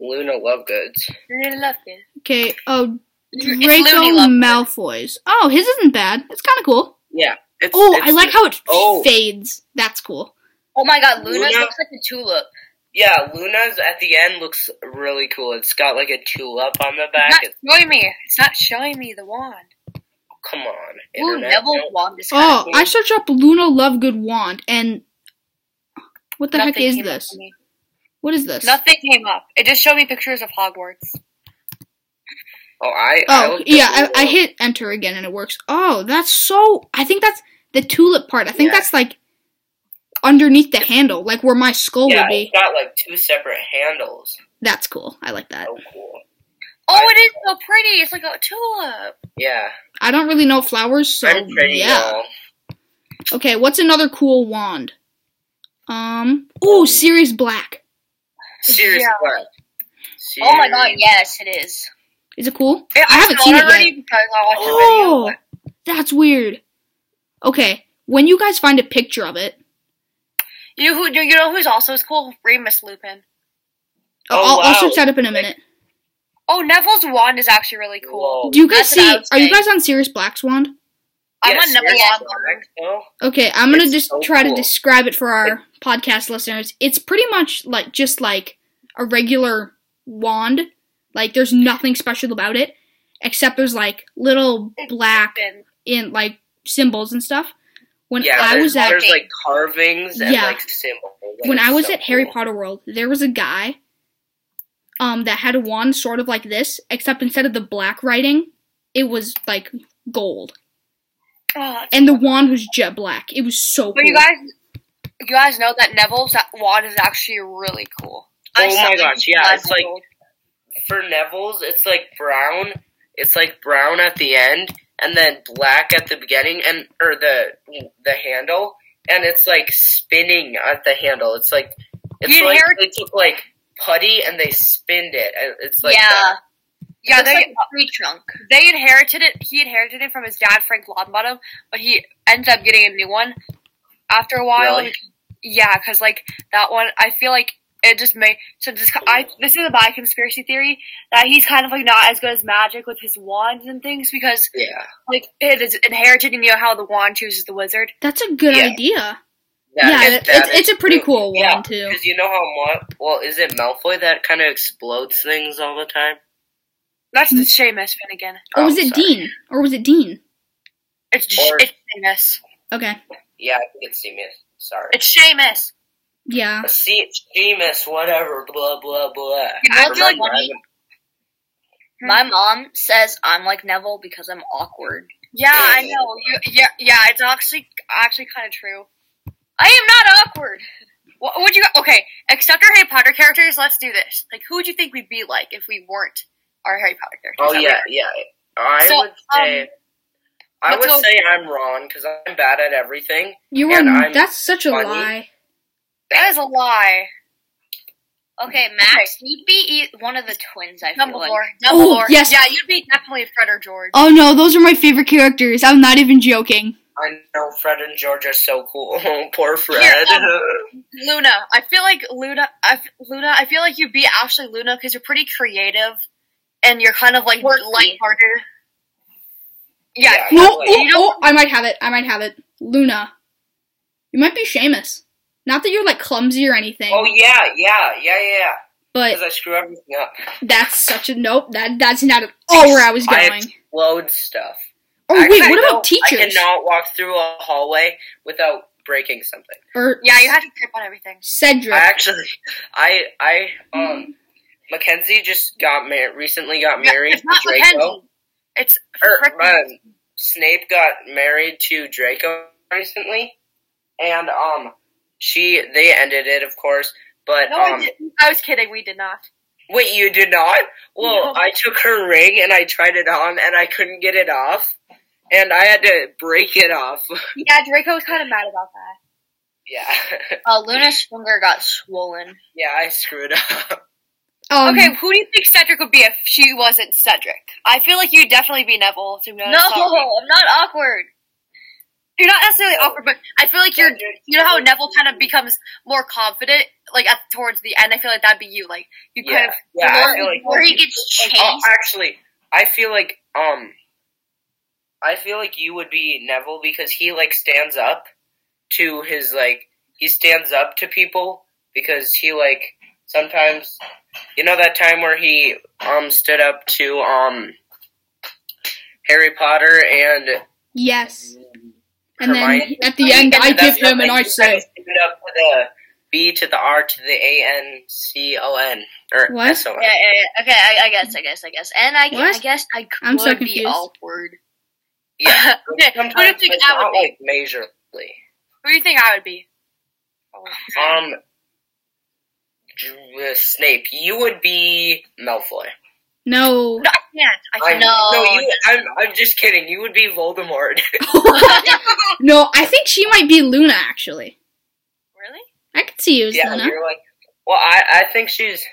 [SPEAKER 3] Luna Lovegoods.
[SPEAKER 4] Really love it.
[SPEAKER 1] Okay. Oh,
[SPEAKER 4] It's
[SPEAKER 1] Draco
[SPEAKER 4] Looney Love-
[SPEAKER 1] Malfoy's. Oh, his isn't bad. It's kind of cool.
[SPEAKER 3] Yeah. It's,
[SPEAKER 1] Oh,
[SPEAKER 3] it's-
[SPEAKER 1] I like how it
[SPEAKER 3] Oh.
[SPEAKER 1] fades. That's cool.
[SPEAKER 5] Oh my god, Luna
[SPEAKER 3] Luna?
[SPEAKER 5] looks like a tulip.
[SPEAKER 3] Yeah, Luna's at the end looks really cool. It's got like a tulip on the
[SPEAKER 4] Not
[SPEAKER 3] back. It's,
[SPEAKER 4] showing me. It's not showing me the wand.
[SPEAKER 3] come on,
[SPEAKER 5] Ooh,
[SPEAKER 3] internet,
[SPEAKER 5] Neville's
[SPEAKER 3] don't-
[SPEAKER 5] wand is kind of
[SPEAKER 1] Oh, I searched up Luna Lovegood wand and what the heck
[SPEAKER 4] Nothing
[SPEAKER 1] is
[SPEAKER 4] came up
[SPEAKER 1] this?
[SPEAKER 4] for me.
[SPEAKER 1] What is this?
[SPEAKER 4] Nothing came up. It just showed me pictures of Hogwarts.
[SPEAKER 3] Oh, I. I
[SPEAKER 1] Oh,
[SPEAKER 3] looked at
[SPEAKER 1] yeah. I, I
[SPEAKER 3] Luna.
[SPEAKER 1] hit enter again and it works. Oh, that's so. I think that's the tulip part. I think
[SPEAKER 3] Yeah.
[SPEAKER 1] that's like underneath the handle, like where my skull
[SPEAKER 3] yeah,
[SPEAKER 1] would be.
[SPEAKER 3] it's got like two separate handles.
[SPEAKER 1] That's cool. I like that.
[SPEAKER 3] So cool.
[SPEAKER 4] Oh, it is so pretty. It's like a tulip.
[SPEAKER 3] Yeah,
[SPEAKER 1] I don't really know flowers, so
[SPEAKER 3] I'm pretty uh,
[SPEAKER 1] yeah.
[SPEAKER 3] y'all.
[SPEAKER 1] Okay, what's another cool wand? Um, ooh, Sirius Black.
[SPEAKER 3] Serious
[SPEAKER 4] Yeah.
[SPEAKER 3] work.
[SPEAKER 5] Oh my god, yes, it is.
[SPEAKER 1] Is it cool?
[SPEAKER 4] Yeah,
[SPEAKER 1] I haven't seen it
[SPEAKER 4] already
[SPEAKER 1] yet.
[SPEAKER 4] because I watched the
[SPEAKER 1] Oh,
[SPEAKER 4] video.
[SPEAKER 1] that's weird. Okay, when you guys find a picture of it,
[SPEAKER 4] but- You who you know who's also cool? Remus Lupin.
[SPEAKER 1] I'll,
[SPEAKER 3] Oh,
[SPEAKER 1] I'll
[SPEAKER 3] wow.
[SPEAKER 1] search that up in a minute.
[SPEAKER 4] Oh, Neville's wand is actually really cool.
[SPEAKER 3] Whoa.
[SPEAKER 1] Do you guys
[SPEAKER 5] That's what I
[SPEAKER 1] see?
[SPEAKER 5] was
[SPEAKER 1] Are you
[SPEAKER 5] saying.
[SPEAKER 1] guys on Sirius Black's wand?
[SPEAKER 4] I
[SPEAKER 3] Yeah,
[SPEAKER 4] want Neville's
[SPEAKER 3] serious
[SPEAKER 4] wand.
[SPEAKER 3] work, though.
[SPEAKER 1] Okay, I'm gonna
[SPEAKER 3] It's
[SPEAKER 1] just
[SPEAKER 3] so
[SPEAKER 1] try
[SPEAKER 3] cool.
[SPEAKER 1] to describe it for our podcast listeners. It's pretty much like just like a regular wand. Like there's nothing special about it, except there's like little black
[SPEAKER 4] Lupin.
[SPEAKER 1] in like symbols and stuff. When
[SPEAKER 3] Yeah,
[SPEAKER 1] I
[SPEAKER 3] there's,
[SPEAKER 1] was at
[SPEAKER 3] there's like carvings and
[SPEAKER 1] Yeah.
[SPEAKER 3] like symbols.
[SPEAKER 1] when
[SPEAKER 3] It's
[SPEAKER 1] I was
[SPEAKER 3] so
[SPEAKER 1] at Harry
[SPEAKER 3] cool.
[SPEAKER 1] Potter World, there was a guy um that had a wand sort of like this, except instead of the black writing, it was like gold.
[SPEAKER 3] Ah,
[SPEAKER 4] Oh,
[SPEAKER 1] And the wand was jet black. It was so
[SPEAKER 4] But
[SPEAKER 1] cool.
[SPEAKER 4] you guys, you guys know that Neville's that wand is actually really cool.
[SPEAKER 3] Oh my
[SPEAKER 4] saw
[SPEAKER 3] gosh,
[SPEAKER 4] it.
[SPEAKER 3] yeah, it's like-
[SPEAKER 4] Neville.
[SPEAKER 3] for Neville's, it's like brown. It's like brown at the end, and then black at the beginning, and or the the handle, and it's like spinning at the handle. It's like it's
[SPEAKER 4] You
[SPEAKER 3] like
[SPEAKER 4] hear-
[SPEAKER 3] they took like putty and they spinned it. and It's like
[SPEAKER 5] yeah.
[SPEAKER 3] that.
[SPEAKER 4] yeah,
[SPEAKER 5] Looks
[SPEAKER 4] they
[SPEAKER 5] like a tree trunk.
[SPEAKER 4] they inherited it. He inherited it from his dad, Frank Longbottom, but he ends up getting a new one after a while.
[SPEAKER 3] Really?
[SPEAKER 4] Yeah, because like that one, I feel like it just made so this I this is my conspiracy theory that he's kind of like not as good as magic with his wands and things because
[SPEAKER 3] Yeah.
[SPEAKER 4] like it is inherited and you know how the wand chooses the wizard.
[SPEAKER 1] That's a good
[SPEAKER 3] Yeah.
[SPEAKER 1] idea.
[SPEAKER 3] That
[SPEAKER 1] yeah,
[SPEAKER 3] is-
[SPEAKER 1] it-
[SPEAKER 3] that
[SPEAKER 1] it's, it's
[SPEAKER 3] is
[SPEAKER 1] a pretty
[SPEAKER 3] true.
[SPEAKER 1] cool one,
[SPEAKER 3] Yeah,
[SPEAKER 1] too.
[SPEAKER 3] Because you know how Mal- well is it Malfoy that kind of explodes things all the time?
[SPEAKER 4] That's the Seamus Finnegan.
[SPEAKER 1] Or
[SPEAKER 3] Oh,
[SPEAKER 1] was it
[SPEAKER 3] sorry.
[SPEAKER 1] Dean? Or was it Dean?
[SPEAKER 4] It's sh-
[SPEAKER 3] Or-
[SPEAKER 4] it's Seamus.
[SPEAKER 1] Okay.
[SPEAKER 3] Yeah, I think it's Seamus. Sorry.
[SPEAKER 5] It's Seamus.
[SPEAKER 1] Yeah.
[SPEAKER 3] Se- Seamus, whatever, blah blah blah.
[SPEAKER 4] Yeah, I feel like-
[SPEAKER 3] Remember, haven't-
[SPEAKER 5] My
[SPEAKER 4] Mm-hmm.
[SPEAKER 5] mom says I'm like Neville because I'm awkward.
[SPEAKER 4] Yeah, I know. You, yeah, yeah. It's actually actually kind of true.
[SPEAKER 5] I am not awkward.
[SPEAKER 4] What would you? Okay, except our Harry Potter characters. Let's do this. Like, who would you think we'd be like if we weren't our Harry Potter characters?
[SPEAKER 3] Oh
[SPEAKER 4] That
[SPEAKER 3] yeah, yeah. I
[SPEAKER 4] So,
[SPEAKER 3] would say
[SPEAKER 4] um,
[SPEAKER 3] I
[SPEAKER 4] let's
[SPEAKER 3] would
[SPEAKER 4] go-
[SPEAKER 3] say I'm Ron because I'm bad at everything.
[SPEAKER 1] You
[SPEAKER 3] Yeah,
[SPEAKER 1] were.
[SPEAKER 3] and I'm
[SPEAKER 1] that's such a
[SPEAKER 3] funny.
[SPEAKER 1] lie.
[SPEAKER 4] would- That is a lie.
[SPEAKER 5] Okay, Max, you'd be e- one of the twins. I feel like
[SPEAKER 4] Dumbledore.
[SPEAKER 1] Oh, yes.
[SPEAKER 4] Yeah, you'd be definitely Fred or George.
[SPEAKER 1] Oh no, those are my favorite characters. I'm not even joking.
[SPEAKER 3] I know Fred and George are so cool. Poor Fred.
[SPEAKER 4] um, Luna. I feel like Luna. I f- Luna. I feel like you'd be actually Luna because you're pretty creative, and you're kind of like
[SPEAKER 5] Quirky.
[SPEAKER 4] lighthearted. Yeah.
[SPEAKER 3] Yeah.
[SPEAKER 1] No, oh,
[SPEAKER 3] like,
[SPEAKER 1] oh,
[SPEAKER 4] you don't-
[SPEAKER 1] I might have it. I might have it. Luna. You might be Seamus. Not that you're like clumsy or anything,
[SPEAKER 3] oh yeah, yeah, yeah, yeah.
[SPEAKER 1] but
[SPEAKER 3] Because I screw everything up.
[SPEAKER 1] that's such a nope. That that's not at all where I was
[SPEAKER 3] I
[SPEAKER 1] going.
[SPEAKER 3] explode stuff.
[SPEAKER 1] Oh wait,
[SPEAKER 3] Actually,
[SPEAKER 1] what
[SPEAKER 3] no,
[SPEAKER 1] about teachers?
[SPEAKER 3] I cannot walk through a hallway without breaking something.
[SPEAKER 1] or
[SPEAKER 4] Yeah, you have to trip on everything.
[SPEAKER 1] Cedric.
[SPEAKER 3] I actually, I, I, um,
[SPEAKER 4] Mm.
[SPEAKER 3] Mackenzie just got married. Recently, got married
[SPEAKER 4] it's not
[SPEAKER 3] to Draco.
[SPEAKER 4] Mackenzie. It's
[SPEAKER 3] Or,
[SPEAKER 4] frickin'
[SPEAKER 3] um, Snape got married to Draco recently, and um, she they ended it, of course. But
[SPEAKER 4] no, I,
[SPEAKER 3] um,
[SPEAKER 4] didn't. I was kidding. We did not.
[SPEAKER 3] wait, you did not? Well,
[SPEAKER 4] No.
[SPEAKER 3] I took her ring and I tried it on, and I couldn't get it off, and I had to break it off.
[SPEAKER 4] Yeah, Draco was kind of mad about that.
[SPEAKER 3] yeah,
[SPEAKER 5] Uh, Luna's finger got swollen.
[SPEAKER 3] yeah, I screwed up.
[SPEAKER 1] Um,
[SPEAKER 4] okay, who do you think Cedric would be if she wasn't Cedric? I feel like you'd definitely be Neville. To be
[SPEAKER 5] No,
[SPEAKER 4] honest,
[SPEAKER 5] I'm not awkward.
[SPEAKER 4] you're not necessarily awkward, but I feel like you're. You know how Neville kind of becomes more confident, like at, towards the end. I feel like that'd be you. Like you
[SPEAKER 3] Yeah,
[SPEAKER 4] kind of.
[SPEAKER 3] yeah, I feel like
[SPEAKER 5] Or he gets chased.
[SPEAKER 3] Oh, actually, I feel like um, I feel like you would be Neville because he like stands up to his like he stands up to people because he like sometimes you know that time where he um stood up to um Harry Potter and
[SPEAKER 1] yes. And
[SPEAKER 3] Hermione.
[SPEAKER 1] then at the end, I
[SPEAKER 3] That's
[SPEAKER 1] give him
[SPEAKER 3] something
[SPEAKER 1] and I
[SPEAKER 3] you kind
[SPEAKER 1] say,
[SPEAKER 3] of stood up to the B to the R to the A N C O N or
[SPEAKER 1] What?
[SPEAKER 3] S O N.
[SPEAKER 5] Yeah, yeah, yeah. Okay, I, I guess, I guess, I guess. And I,
[SPEAKER 1] What?
[SPEAKER 5] I guess I could
[SPEAKER 1] I'm so
[SPEAKER 5] be
[SPEAKER 1] confused.
[SPEAKER 5] awkward.
[SPEAKER 3] Yeah.
[SPEAKER 4] okay, who do you
[SPEAKER 3] Sometimes,
[SPEAKER 4] think
[SPEAKER 3] but
[SPEAKER 4] I
[SPEAKER 3] not
[SPEAKER 4] would be?
[SPEAKER 3] like majorly.
[SPEAKER 4] Who do you think I would be?
[SPEAKER 3] Um, J- uh, Snape, you would be Malfoy.
[SPEAKER 1] no.
[SPEAKER 4] No, I can't. I
[SPEAKER 3] I'm,
[SPEAKER 4] can't.
[SPEAKER 5] No.
[SPEAKER 3] no, you. I'm. I'm just kidding. You would be Voldemort.
[SPEAKER 1] no, I think she might be Luna, actually.
[SPEAKER 4] Really?
[SPEAKER 1] I could see you as
[SPEAKER 3] yeah,
[SPEAKER 1] Luna.
[SPEAKER 3] you're like. Well, I. I think she's.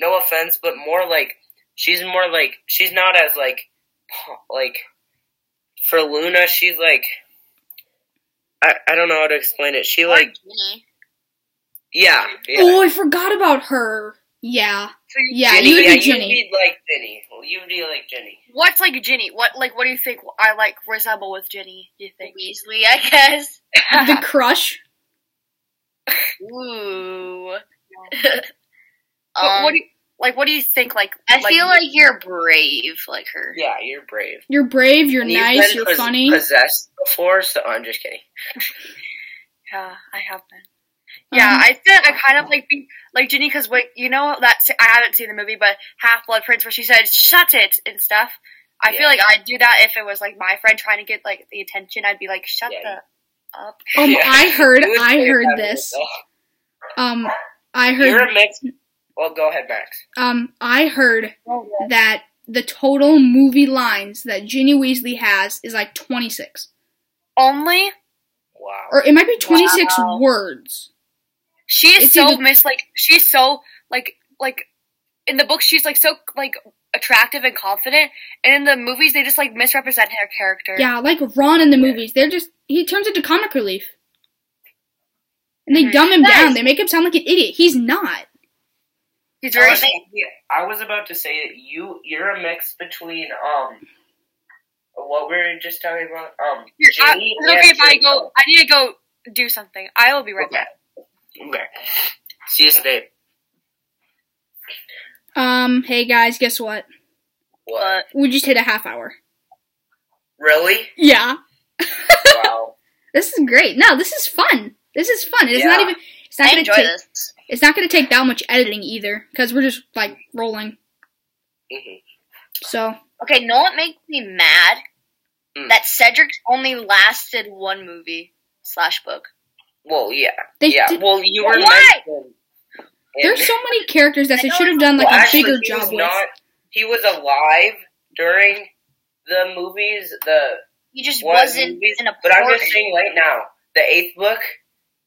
[SPEAKER 3] No offense, but more like she's more like she's not as like po- like for Luna. She's like. I, I don't know how to explain it. She
[SPEAKER 5] Um,
[SPEAKER 3] like
[SPEAKER 5] Me.
[SPEAKER 3] yeah yeah.
[SPEAKER 1] Oh, I forgot about her. Yeah.
[SPEAKER 4] So you-
[SPEAKER 1] Yeah, you would
[SPEAKER 3] yeah,
[SPEAKER 1] be Ginny.
[SPEAKER 3] You'd be like Ginny. You'd be like Ginny.
[SPEAKER 4] What's like Ginny? What like what do you think I like resemble with Ginny? You think?
[SPEAKER 5] Weasley, I guess.
[SPEAKER 1] the crush.
[SPEAKER 5] Ooh.
[SPEAKER 4] But
[SPEAKER 5] um,
[SPEAKER 4] what do you, like? What do you think? Like
[SPEAKER 5] I feel like you're brave, like her.
[SPEAKER 3] Yeah, you're brave.
[SPEAKER 1] You're brave, you're
[SPEAKER 3] And you've
[SPEAKER 1] nice,
[SPEAKER 3] been
[SPEAKER 1] you're
[SPEAKER 3] pos-
[SPEAKER 1] funny.
[SPEAKER 3] Possessed before, so I'm just kidding.
[SPEAKER 4] Yeah, uh, I have been.
[SPEAKER 5] Um,
[SPEAKER 4] Yeah, I think I kind of like be like Ginny because wait, you know that s- I haven't seen the movie, but Half Blood Prince where she said "shut it" and stuff. I
[SPEAKER 3] Yeah.
[SPEAKER 4] feel like I'd do that if it was like my friend trying to get like the attention. I'd be like, "Shut
[SPEAKER 3] Yeah.
[SPEAKER 4] the up."
[SPEAKER 1] Um,
[SPEAKER 3] Yeah.
[SPEAKER 1] I heard,
[SPEAKER 3] You would
[SPEAKER 1] I
[SPEAKER 3] say
[SPEAKER 1] heard
[SPEAKER 3] that
[SPEAKER 1] this.
[SPEAKER 3] yourself.
[SPEAKER 1] Um, I
[SPEAKER 3] You're
[SPEAKER 1] heard,
[SPEAKER 3] a mix. Well, go ahead, Max.
[SPEAKER 1] um, I heard
[SPEAKER 4] Oh,
[SPEAKER 1] that the total movie lines that Ginny Weasley has is like 26.
[SPEAKER 4] Only
[SPEAKER 3] Wow.
[SPEAKER 1] Or it might be 26
[SPEAKER 5] Wow.
[SPEAKER 1] words.
[SPEAKER 4] she is
[SPEAKER 1] It's
[SPEAKER 4] so
[SPEAKER 1] either-
[SPEAKER 4] miss like she's so like like in the book she's like so like attractive and confident, and in the movies they just like misrepresent her character.
[SPEAKER 1] Yeah, like Ron in the movies. They're just, he turns into comic relief. And they dumb him
[SPEAKER 5] Guys.
[SPEAKER 1] down. They make him sound like an idiot. He's not.
[SPEAKER 4] He's
[SPEAKER 3] Oh, I
[SPEAKER 4] very.
[SPEAKER 3] was, I was about to say that you you're a mix between um what we were just talking about um
[SPEAKER 4] Here, I-
[SPEAKER 3] Jamie
[SPEAKER 4] is it okay
[SPEAKER 3] and
[SPEAKER 4] if I
[SPEAKER 3] Draco.
[SPEAKER 4] go? I need to go do something. I will be right
[SPEAKER 3] okay
[SPEAKER 4] back.
[SPEAKER 3] okay see you today
[SPEAKER 1] Um, hey guys, guess what?
[SPEAKER 3] what
[SPEAKER 1] We just hit a half hour.
[SPEAKER 3] really
[SPEAKER 1] Yeah.
[SPEAKER 3] wow
[SPEAKER 1] This is great. No, this is fun. This is fun. It's not
[SPEAKER 3] Yeah.
[SPEAKER 1] even. It's not
[SPEAKER 5] I
[SPEAKER 1] gonna
[SPEAKER 5] enjoy
[SPEAKER 1] take,
[SPEAKER 5] this.
[SPEAKER 1] It's not gonna take that much editing either, because we're just like rolling.
[SPEAKER 3] Mhm.
[SPEAKER 1] So
[SPEAKER 5] Okay, no, it makes me mad
[SPEAKER 3] Mm.
[SPEAKER 5] that Cedric only lasted one movie slash book.
[SPEAKER 3] well yeah
[SPEAKER 1] they
[SPEAKER 3] yeah
[SPEAKER 1] did,
[SPEAKER 3] well you were
[SPEAKER 5] Why?
[SPEAKER 3] mentioned in-
[SPEAKER 1] there's so many characters that
[SPEAKER 5] I
[SPEAKER 1] they
[SPEAKER 5] know
[SPEAKER 1] should have
[SPEAKER 5] it's
[SPEAKER 1] done like
[SPEAKER 3] Well,
[SPEAKER 1] a
[SPEAKER 3] actually,
[SPEAKER 1] bigger
[SPEAKER 3] he
[SPEAKER 1] job
[SPEAKER 3] was
[SPEAKER 1] with.
[SPEAKER 3] not he was alive during the movies the
[SPEAKER 5] He just
[SPEAKER 3] What
[SPEAKER 5] wasn't
[SPEAKER 3] movies?
[SPEAKER 5] an important.
[SPEAKER 3] But I'm just saying right now, the eighth book,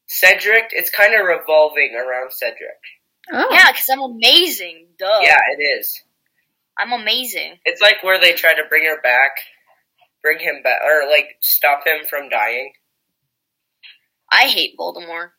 [SPEAKER 3] Cedric, it's kind of revolving around Cedric.
[SPEAKER 1] Oh,
[SPEAKER 5] Yeah, because I'm amazing. Duh.
[SPEAKER 3] Yeah, it is.
[SPEAKER 5] I'm amazing.
[SPEAKER 3] It's like where they try to bring her back, bring him back, or like stop him from dying.
[SPEAKER 5] I hate Voldemort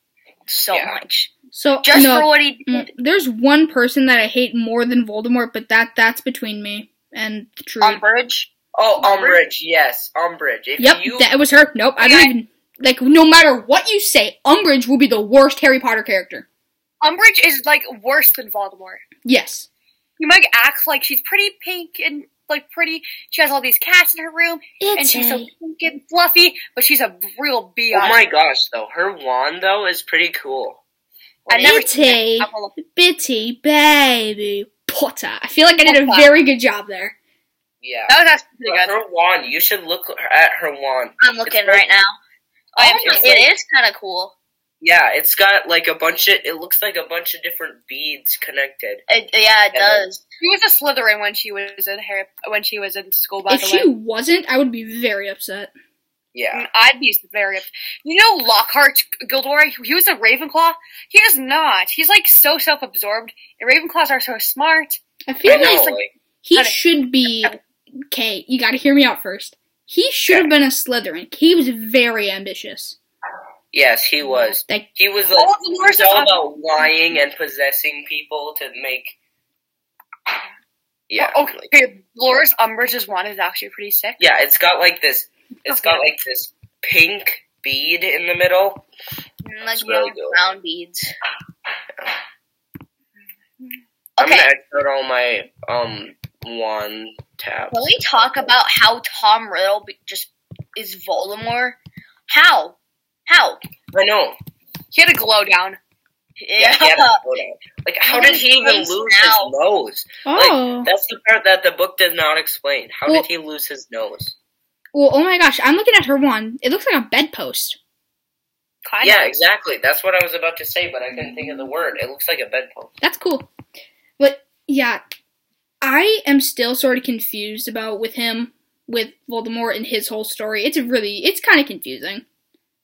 [SPEAKER 5] so
[SPEAKER 3] Yeah.
[SPEAKER 5] much.
[SPEAKER 1] so
[SPEAKER 5] Just
[SPEAKER 1] no,
[SPEAKER 5] for what he did
[SPEAKER 1] mm, there's one person that I hate more than Voldemort, but that that's between me and the truth.
[SPEAKER 5] on Bridge.
[SPEAKER 3] Oh,
[SPEAKER 5] Umbridge?
[SPEAKER 3] Umbridge, yes, Umbridge. If
[SPEAKER 1] Yep,
[SPEAKER 3] you,
[SPEAKER 1] that was her. Nope, I don't even like. No matter what you say, Umbridge will be the worst Harry Potter character.
[SPEAKER 4] Umbridge is like worse than Voldemort.
[SPEAKER 1] Yes,
[SPEAKER 4] You might act like she's pretty pink and like pretty. She has all these cats in her room, and she's so pink and fluffy, but she's a real biatch.
[SPEAKER 3] oh my gosh, though her wand though is pretty cool.
[SPEAKER 4] I never
[SPEAKER 1] Itty,
[SPEAKER 4] I will-
[SPEAKER 1] bitty baby Potter. I feel like I did a
[SPEAKER 4] Potter.
[SPEAKER 1] very good job there.
[SPEAKER 3] Yeah,
[SPEAKER 4] That was actually pretty good.
[SPEAKER 3] her wand. You should look at her wand.
[SPEAKER 5] I'm looking
[SPEAKER 3] It's like-
[SPEAKER 5] right now.
[SPEAKER 4] I
[SPEAKER 5] Oh,
[SPEAKER 4] am
[SPEAKER 5] my-
[SPEAKER 4] just
[SPEAKER 5] it is kind of cool.
[SPEAKER 3] Yeah, it's got like a bunch of. It looks like a bunch of different beads connected.
[SPEAKER 5] It, yeah, it
[SPEAKER 3] And then-
[SPEAKER 5] does.
[SPEAKER 4] She was a Slytherin when she was in Harry, when she was in school. By
[SPEAKER 1] if
[SPEAKER 4] the
[SPEAKER 1] she
[SPEAKER 4] way,
[SPEAKER 1] wasn't, I would be very upset.
[SPEAKER 3] Yeah,
[SPEAKER 4] I'd be very. up- You know Lockhart Gilderoy. He was a Ravenclaw. He is not. He's like so self-absorbed. And Ravenclaws are so smart.
[SPEAKER 1] I feel
[SPEAKER 3] I know.
[SPEAKER 1] Mm, like
[SPEAKER 3] like,
[SPEAKER 1] he
[SPEAKER 4] Honey.
[SPEAKER 1] should be. Okay, you got to hear me out first. He should have been a Slytherin. He was very ambitious.
[SPEAKER 3] yes,
[SPEAKER 1] Mm.
[SPEAKER 3] he was.
[SPEAKER 1] Like
[SPEAKER 3] He was
[SPEAKER 4] All
[SPEAKER 3] like,
[SPEAKER 4] of the lures
[SPEAKER 3] he's all
[SPEAKER 4] of-
[SPEAKER 3] about lying and possessing people to make. Yeah.
[SPEAKER 4] Oh,
[SPEAKER 3] like-
[SPEAKER 4] okay, Dolores Umbridge's wand is actually pretty sick.
[SPEAKER 3] yeah, it's got like this. It's got like this pink bead in the middle.
[SPEAKER 5] And, like
[SPEAKER 3] It's really
[SPEAKER 5] yellow
[SPEAKER 3] good.
[SPEAKER 5] brown beads.
[SPEAKER 3] I'm gonna
[SPEAKER 5] Okay.
[SPEAKER 3] X out all my um one tab.
[SPEAKER 5] Can we talk about how Tom Riddle be- just is Voldemort? How? How?
[SPEAKER 3] I know.
[SPEAKER 4] He had a glow down.
[SPEAKER 5] Yeah.
[SPEAKER 3] he had a photo. Like, how did he even
[SPEAKER 5] Face
[SPEAKER 3] lose
[SPEAKER 5] now.
[SPEAKER 3] his nose?
[SPEAKER 1] oh
[SPEAKER 3] That's the part that the book does not explain. How
[SPEAKER 1] Well-
[SPEAKER 3] did he lose his nose?
[SPEAKER 1] well, oh my gosh! I'm looking at her one. It looks like a bedpost.
[SPEAKER 4] Kind
[SPEAKER 3] yeah,
[SPEAKER 4] of.
[SPEAKER 3] exactly. That's what I was about to say, but I couldn't think of the word. It looks like a bedpost.
[SPEAKER 1] That's cool. But yeah, I am still sort of confused about with him with Voldemort and his whole story. It's really it's kind of confusing.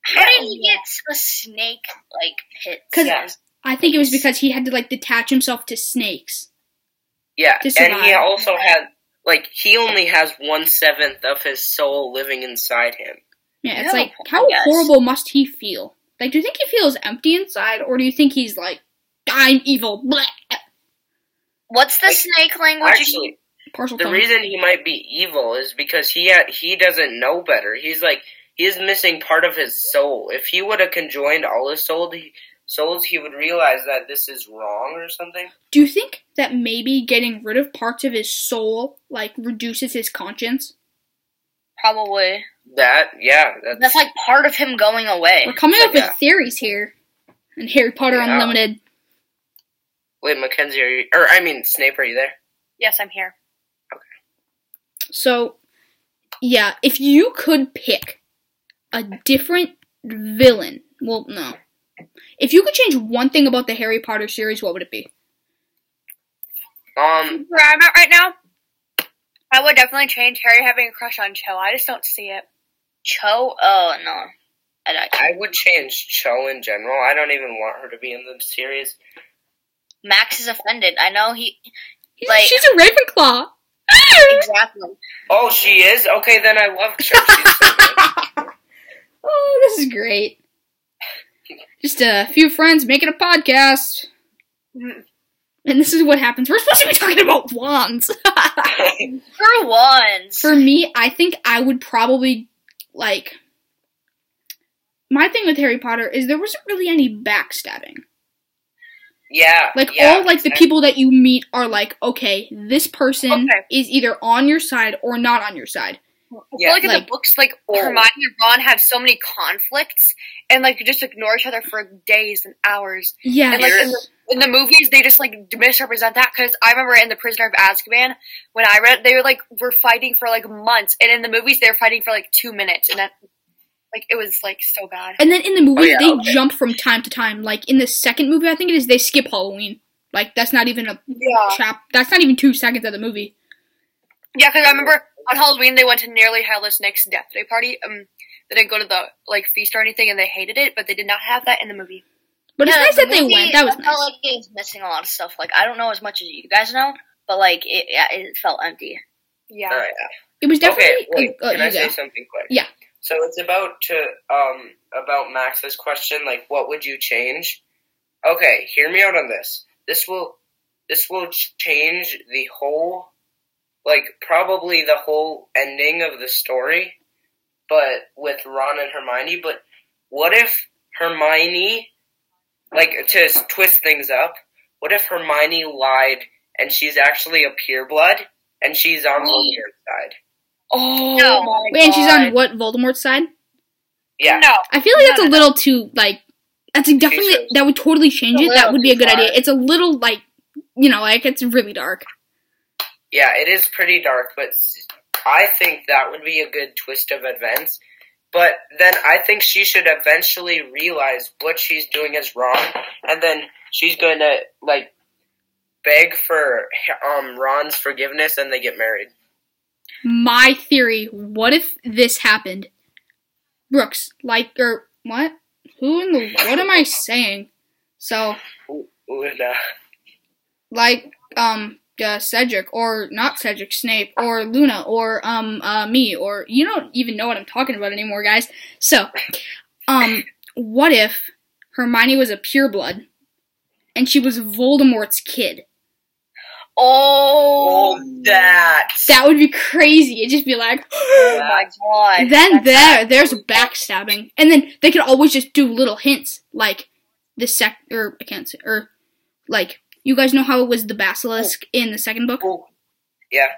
[SPEAKER 5] How did he get a snake like pit?
[SPEAKER 1] 'Cause-
[SPEAKER 3] Yeah.
[SPEAKER 1] I think it was because he had to like detach himself to snakes.
[SPEAKER 3] Yeah,
[SPEAKER 1] to
[SPEAKER 3] and he
[SPEAKER 1] survive.
[SPEAKER 3] also had like he only has one seventh of his soul living inside him.
[SPEAKER 1] Yeah, it's
[SPEAKER 5] No,
[SPEAKER 1] like how
[SPEAKER 5] yes.
[SPEAKER 1] horrible must he feel? Like, do you think he feels empty inside, or do you think he's like I'm evil? Bleh.
[SPEAKER 5] What's the
[SPEAKER 3] Like,
[SPEAKER 5] snake language?
[SPEAKER 3] Actually,
[SPEAKER 1] Partial
[SPEAKER 3] the
[SPEAKER 1] tongue.
[SPEAKER 3] reason he might be evil is because he ha- he doesn't know better. He's like he is missing part of his soul. If he would have conjoined all his soul, he, souls, he would realize that this is wrong or something.
[SPEAKER 1] do you think that maybe getting rid of parts of his soul like reduces his conscience?
[SPEAKER 5] Probably.
[SPEAKER 3] That yeah, that's,
[SPEAKER 5] That's like part of him going away.
[SPEAKER 1] We're coming up
[SPEAKER 3] Yeah.
[SPEAKER 1] with theories here, and Harry Potter
[SPEAKER 3] Yeah.
[SPEAKER 1] Unlimited.
[SPEAKER 3] wait, Mackenzie, are you, or I mean Snape, are you there?
[SPEAKER 4] Yes, I'm here.
[SPEAKER 1] So, yeah, if you could pick a different villain, well, no. If you could change one thing about the Harry Potter series, what would it be?
[SPEAKER 3] Um,
[SPEAKER 4] Where I'm at right now, I would definitely change Harry having a crush on Cho. I just don't see it.
[SPEAKER 5] Cho? Oh no. I don't.
[SPEAKER 3] I would change Cho in general. I don't even want her to be in the series.
[SPEAKER 5] Max is offended. I know he
[SPEAKER 1] He's-
[SPEAKER 5] Like-
[SPEAKER 1] She's a Ravenclaw.
[SPEAKER 5] exactly.
[SPEAKER 3] Oh, she is? Okay, then I love Cho. She's so good.
[SPEAKER 1] oh, this is great. Just a few friends making a podcast.
[SPEAKER 4] Mm.
[SPEAKER 1] And this is what happens. We're supposed to be talking about wands.
[SPEAKER 5] For once.
[SPEAKER 1] For me, I think I would probably like my thing with Harry Potter is there wasn't really any backstabbing.
[SPEAKER 3] Yeah.
[SPEAKER 1] Like
[SPEAKER 3] yeah,
[SPEAKER 1] all like the
[SPEAKER 3] exactly.
[SPEAKER 1] people that you meet are like, okay, this person
[SPEAKER 4] Okay.
[SPEAKER 1] is either on your side or not on your side.
[SPEAKER 4] I
[SPEAKER 3] Yeah.
[SPEAKER 4] feel like, in
[SPEAKER 1] like-
[SPEAKER 4] the books, like
[SPEAKER 3] Oh.
[SPEAKER 4] Hermione and Ron have so many conflicts, and like just ignore each other for days and hours.
[SPEAKER 1] Yeah.
[SPEAKER 4] And like in the, in the movies, they just like misrepresent that because I remember in The Prisoner of Azkaban when I read, they were like were fighting for like months, and in the movies, they were fighting for like two minutes, and that like it was like so bad.
[SPEAKER 1] and then in the movies
[SPEAKER 3] yeah,
[SPEAKER 1] they
[SPEAKER 3] okay.
[SPEAKER 1] jump from time to time. Like in the second movie, I think it is they skip Halloween. Like that's not even a
[SPEAKER 4] Yeah,
[SPEAKER 1] trap. That's not even two seconds of the movie.
[SPEAKER 4] yeah, because I remember on Halloween they went to nearly Headless Nick's death day party. Um, they didn't go to the like feast or anything, and they hated it, but they did not have that in the movie.
[SPEAKER 1] But it's
[SPEAKER 5] Yeah,
[SPEAKER 1] nice
[SPEAKER 5] the
[SPEAKER 1] that they
[SPEAKER 5] movie,
[SPEAKER 1] went. That was
[SPEAKER 5] I
[SPEAKER 1] nice.
[SPEAKER 5] felt like it was missing a lot of stuff. Like I don't know as much as you guys know, but like it, yeah, it felt empty.
[SPEAKER 4] Yeah.
[SPEAKER 3] All right.
[SPEAKER 1] it was
[SPEAKER 3] Okay,
[SPEAKER 1] definitely.
[SPEAKER 3] wait,
[SPEAKER 1] uh, uh,
[SPEAKER 3] can I
[SPEAKER 1] you
[SPEAKER 3] say
[SPEAKER 1] go.
[SPEAKER 3] something quick?
[SPEAKER 1] Yeah.
[SPEAKER 3] So it's about to um about Max's question, like what would you change? Okay, hear me out on this. This will this will ch- change the whole like probably the whole ending of the story, but with Ron and Hermione, but what if Hermione like to s- twist things up, what if Hermione lied and she's actually a pureblood and she's on the
[SPEAKER 5] Wait.
[SPEAKER 3] weird side?
[SPEAKER 4] Oh
[SPEAKER 5] No.
[SPEAKER 4] my
[SPEAKER 1] Wait, and she's
[SPEAKER 4] God.
[SPEAKER 1] on what Voldemort's side?
[SPEAKER 3] Yeah.
[SPEAKER 4] No.
[SPEAKER 1] I feel like that's
[SPEAKER 4] No,
[SPEAKER 1] a little too like. That's definitely
[SPEAKER 3] Jesus.
[SPEAKER 1] that would totally change
[SPEAKER 5] A
[SPEAKER 1] it. That
[SPEAKER 5] little
[SPEAKER 1] would be a
[SPEAKER 5] too
[SPEAKER 1] good
[SPEAKER 5] far.
[SPEAKER 1] idea. It's a little like, you know, like it's really dark.
[SPEAKER 3] Yeah, it is pretty dark, but s- I think that would be a good twist of events. But then I think she should eventually realize what she's doing is wrong, and then she's going to like beg for um Ron's forgiveness, and they get married.
[SPEAKER 1] My theory: What if this happened? Brooks, like, or what? Who in the? What am I saying? So,
[SPEAKER 3] Ooh, ooh, nah.
[SPEAKER 1] like, um, uh, Cedric or not Cedric, Snape or Luna or um, uh, me or you don't even know what I'm talking about anymore, guys. So, um, what if Hermione was a pureblood and she was Voldemort's kid?
[SPEAKER 5] Oh,
[SPEAKER 3] Oh, that.
[SPEAKER 1] That would be crazy. It'd just be like.
[SPEAKER 5] oh my god.
[SPEAKER 1] then there there's backstabbing and then they could always just do little hints like the sec or i can't say or like you guys know how it was the basilisk in the second book
[SPEAKER 3] Ooh. Yeah.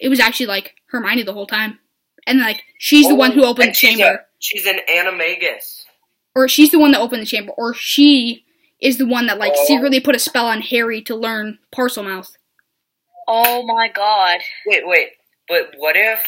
[SPEAKER 1] it was actually like hermione the whole time and like she's the one who
[SPEAKER 3] Ooh,
[SPEAKER 1] opened the
[SPEAKER 3] Oh, and she's a-
[SPEAKER 1] chamber
[SPEAKER 3] She's an animagus.
[SPEAKER 1] or she's the one that opened the chamber or she is the one that like
[SPEAKER 3] Oh.
[SPEAKER 1] secretly put a spell on harry to learn parcel mouth
[SPEAKER 5] Oh my god.
[SPEAKER 3] Wait, wait. But what if?